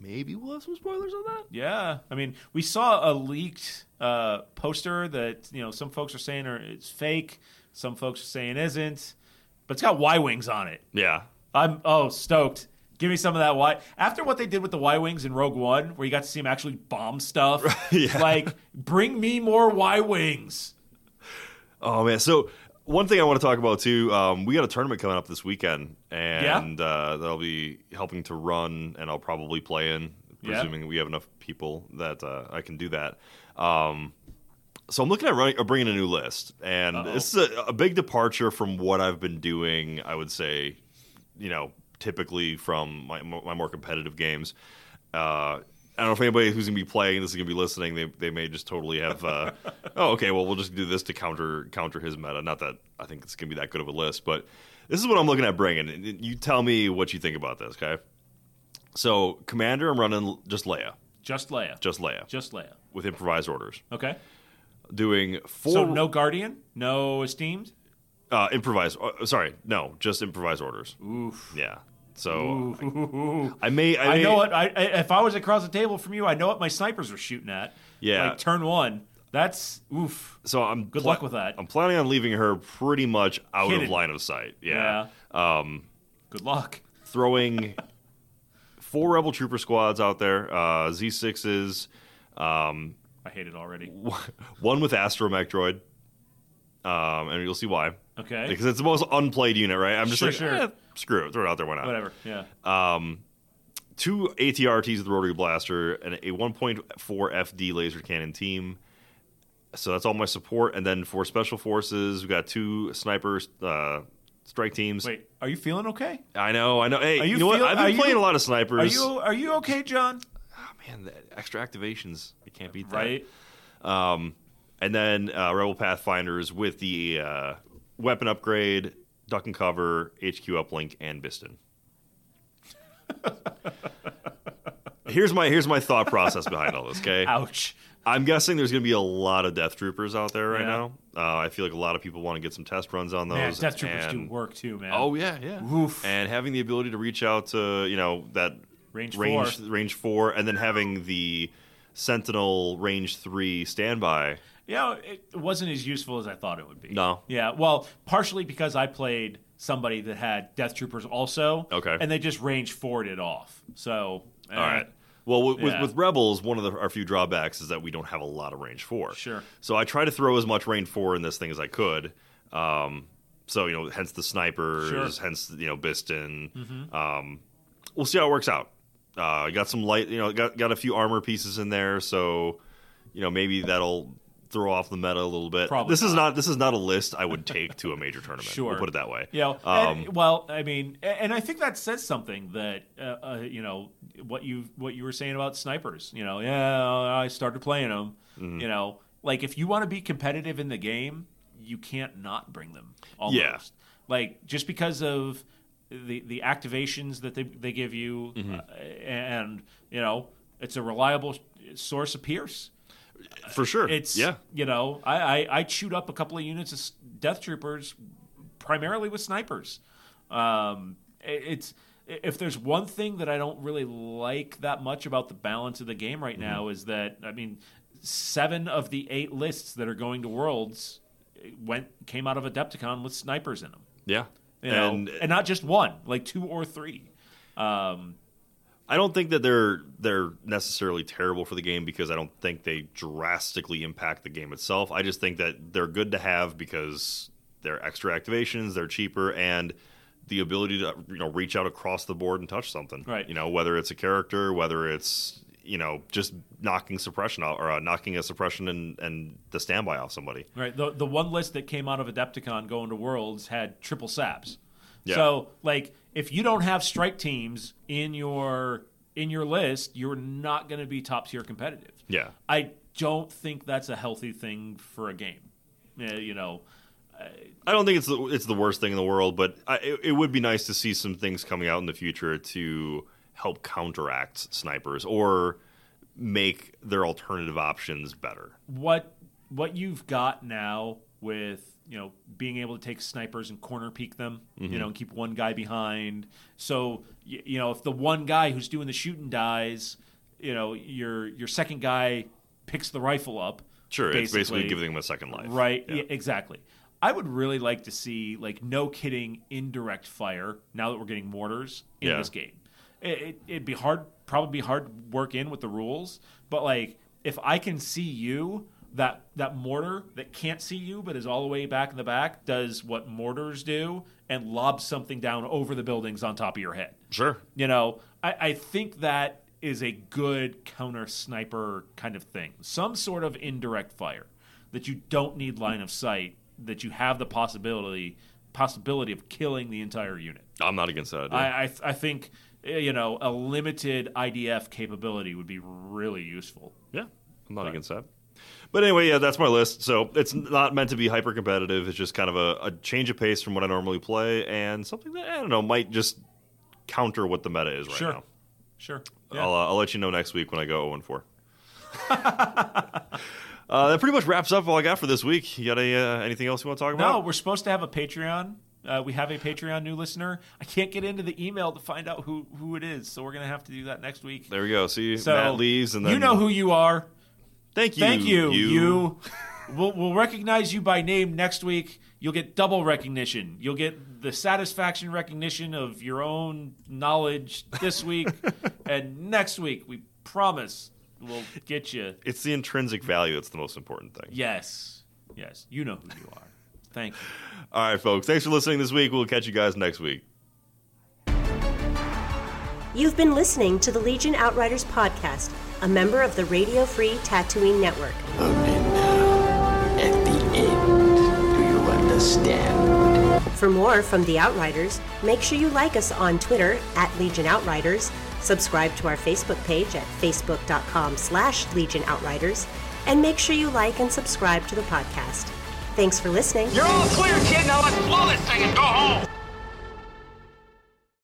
Speaker 6: maybe we'll have some spoilers on that.
Speaker 7: yeah. I mean, we saw a leaked uh, poster that you know some folks are saying are it's fake, some folks are saying isn't, but it's got Y wings on it.
Speaker 6: Yeah,
Speaker 7: I'm oh stoked. Give me some of that Y. After what they did with the Y wings in Rogue One, where you got to see them actually bomb stuff,
Speaker 6: yeah.
Speaker 7: like bring me more Y wings.
Speaker 6: Oh man, so one thing I want to talk about too, um, we got a tournament coming up this weekend, and uh, that'll be helping to run, and I'll probably play in,
Speaker 7: Yeah.
Speaker 6: presuming we have enough people that uh, I can do that. Um, so I'm looking at running, uh, bringing a new list, and this is a, a big departure from what I've been doing. I would say, you know, typically from my, my more competitive games. Uh, I don't know if anybody who's gonna be playing this is gonna be listening. They, they may just totally have. Uh, oh, okay. Well, we'll just do this to counter counter his meta. Not that I think it's gonna be that good of a list, but this is what I'm looking at bringing. And You tell me what you think about this, okay? So, commander, I'm running just Leia,
Speaker 7: Just Leia.
Speaker 6: just Leia,
Speaker 7: Just Leia.
Speaker 6: with improvised orders,
Speaker 7: Okay.
Speaker 6: doing four
Speaker 7: So no Guardian, no Esteemed.
Speaker 6: uh, improvised. Uh, sorry, no, just improvised orders. Oof. Yeah. So I, I may. I,
Speaker 7: I
Speaker 6: may,
Speaker 7: know what. I, I if I was across the table from you, I know what my snipers are shooting at.
Speaker 6: Yeah.
Speaker 7: Like turn one. That's oof.
Speaker 6: So I'm
Speaker 7: Good luck with that.
Speaker 6: I'm planning on leaving her pretty much out
Speaker 7: Hidden.
Speaker 6: of line of sight. Yeah.
Speaker 7: Um. Good luck.
Speaker 6: Throwing four rebel trooper squads out there, uh, Z sixes, um,
Speaker 7: I hate it already.
Speaker 6: one with astromech droid, um, and you'll see why.
Speaker 7: Okay.
Speaker 6: Because it's the most unplayed unit, right? I'm just
Speaker 7: Sure,
Speaker 6: like,
Speaker 7: sure.
Speaker 6: "Eh, screw it, throw it out there, why not?
Speaker 7: Whatever. Yeah.
Speaker 6: Uh, two ATRTs with rotary blaster and a 1.4 FD laser cannon team. So that's all my support. And then for special forces, we got two sniper uh, strike teams.
Speaker 7: Wait. Are you feeling okay?
Speaker 6: I know, I know. Hey,
Speaker 7: Are
Speaker 6: you,
Speaker 7: you
Speaker 6: know
Speaker 7: feel-
Speaker 6: what? I've
Speaker 7: are
Speaker 6: been
Speaker 7: you-
Speaker 6: playing a lot of snipers.
Speaker 7: Are you are you okay, John?
Speaker 6: Oh, man, the extra activations. You can't beat that.
Speaker 7: Right.
Speaker 6: And then uh, Rebel Pathfinders with the uh, weapon upgrade, duck and cover, HQ uplink, and Biston. here's my here's my thought process behind all this. Okay.
Speaker 7: Ouch.
Speaker 6: I'm guessing there's going to be a lot of Death Troopers out there right
Speaker 7: Yeah.
Speaker 6: now. Uh, I feel like a lot of people want to get some test runs on those.
Speaker 7: Man, Death Troopers do
Speaker 6: and-
Speaker 7: work too, man.
Speaker 6: Oh yeah, yeah.
Speaker 7: Oof.
Speaker 6: And having the ability to reach out to you know that
Speaker 7: Range
Speaker 6: range
Speaker 7: four.
Speaker 6: range four, and then having the Sentinel range three standby.
Speaker 7: Yeah, it wasn't as useful as I thought it would be.
Speaker 6: No.
Speaker 7: Yeah, well, partially because I played somebody that had Death Troopers also.
Speaker 6: Okay.
Speaker 7: And they just range forward it off. So. eh,
Speaker 6: All right. Well, with,
Speaker 7: Yeah.
Speaker 6: with, with Rebels, one of the, our few drawbacks is that we don't have a lot of range four.
Speaker 7: Sure.
Speaker 6: So I try to throw as much range four in this thing as I could. Um, so you know, hence the snipers,
Speaker 7: Sure. Mm-hmm.
Speaker 6: hence you know Biston. Um, we'll see how it works out. Uh, got some light, you know, got got a few armor pieces in there, so you know maybe that'll throw off the meta a little bit.
Speaker 7: Probably
Speaker 6: this is
Speaker 7: not.
Speaker 6: not this is not a list I would take to a major tournament.
Speaker 7: Sure.
Speaker 6: we'll put it that way.
Speaker 7: Yeah.
Speaker 6: Um,
Speaker 7: and- well, I mean, a- and I think that says something that uh, uh, you know what you what you were saying about snipers. You know, yeah, I started playing them.
Speaker 6: Mm-hmm.
Speaker 7: You know, like if you want to be competitive in the game, you can't not bring them. Almost.
Speaker 6: Yeah.
Speaker 7: Like just because of the the activations that they they give you,
Speaker 6: Mm-hmm.
Speaker 7: uh, and you know, it's a reliable s- source of pierce.
Speaker 6: for sure.
Speaker 7: It's
Speaker 6: yeah.
Speaker 7: You know, I, I I chewed up a couple of units of s- death troopers, primarily with snipers. Um, it- it's if there's one thing that I don't really like that much about the balance of the game right now is that I mean, seven of the eight lists that are going to worlds eh, went came out of Adepticon with snipers in them.
Speaker 6: Yeah.
Speaker 7: You know,
Speaker 6: and
Speaker 7: and not just one, like two or three.
Speaker 6: I don't think that they're they're necessarily terrible for the game because I don't think they drastically impact the game itself. I just think that they're good to have because they're extra activations, they're cheaper, and the ability to you know reach out across the board and touch something.
Speaker 7: Right.
Speaker 6: You know whether it's a character, whether it's you know just knocking suppression out or uh, knocking a suppression and and the standby off somebody.
Speaker 7: Right. The the one list that came out of Adepticon going to Worlds had triple saps.
Speaker 6: Yeah.
Speaker 7: So like if you don't have strike teams in your in your list, you're not going to be top tier competitive.
Speaker 6: Yeah.
Speaker 7: I don't think that's a healthy thing for a game. Yeah, you know,
Speaker 6: I don't think it's the, it's the worst thing in the world, but I, it, it would be nice to see some things coming out in the future to help counteract snipers or make their alternative options better.
Speaker 7: what what you've got now with you know being able to take snipers and corner peek them
Speaker 6: Mm-hmm.
Speaker 7: you know and keep one guy behind so y- you know if the one guy who's doing the shooting dies you know your your second guy picks the rifle up
Speaker 6: Sure, it's basically giving them a second life,
Speaker 7: right
Speaker 6: Yeah.
Speaker 7: yeah, exactly i would really like to see like no kidding indirect fire now that we're getting mortars in
Speaker 6: Yeah.
Speaker 7: this game it, it, it'd be hard probably be hard to work in with the rules but like if i can see you that that mortar that can't see you but is all the way back in the back does what mortars do and lobs something down over the buildings on top of your head
Speaker 6: Sure.
Speaker 7: you know, I, I think that is a good counter sniper kind of thing. Some sort of indirect fire that you don't need line of sight, that you have the possibility possibility of killing the entire unit.
Speaker 6: I'm not against that idea.
Speaker 7: I I, th- I think eh, you know a limited IDF capability would be really useful.
Speaker 6: yeah, I'm not against that. But anyway, yeah, that's my list. So it's not meant to be hyper competitive. It's just kind of a, a change of pace from what I normally play and something that, I don't know, might just counter what the meta is right
Speaker 7: sure,
Speaker 6: now.
Speaker 7: sure. Yeah.
Speaker 6: I'll, uh, I'll let you know next week when I go 0 4. uh, that pretty much wraps up all I got for this week. You got any, uh, anything else you want to talk
Speaker 7: No,
Speaker 6: about?
Speaker 7: we're supposed to have a Patreon. Uh, we have a Patreon new listener. I can't get into the email to find out who who it is, so we're gonna have to do that next week.
Speaker 6: There we go. See,
Speaker 7: So
Speaker 6: Matt leaves, and then
Speaker 7: you know who you are.
Speaker 6: Thank you.
Speaker 7: Thank you. You. we'll, we'll recognize you by name next week. You'll get double recognition. You'll get the satisfaction recognition of your own knowledge this week, and next week we promise we'll get you.
Speaker 6: It's the intrinsic value that's the most important thing.
Speaker 7: Yes, yes. You know who you are. Thank you.
Speaker 6: All right, folks. Thanks for listening this week. We'll catch you guys next week.
Speaker 1: You've been listening to the Legion Outriders podcast, a member of the Radio Free Tatooine Network.
Speaker 5: Only now, uh, at the end, do you understand?
Speaker 1: For more from the Outriders, make sure you like us on Twitter at Legion Outriders, subscribe to our Facebook page at facebook.com slash Legion Outriders, and make sure you like and subscribe to the podcast. Thanks for listening.
Speaker 8: You're all clear, kid. Now let's blow this thing and go home.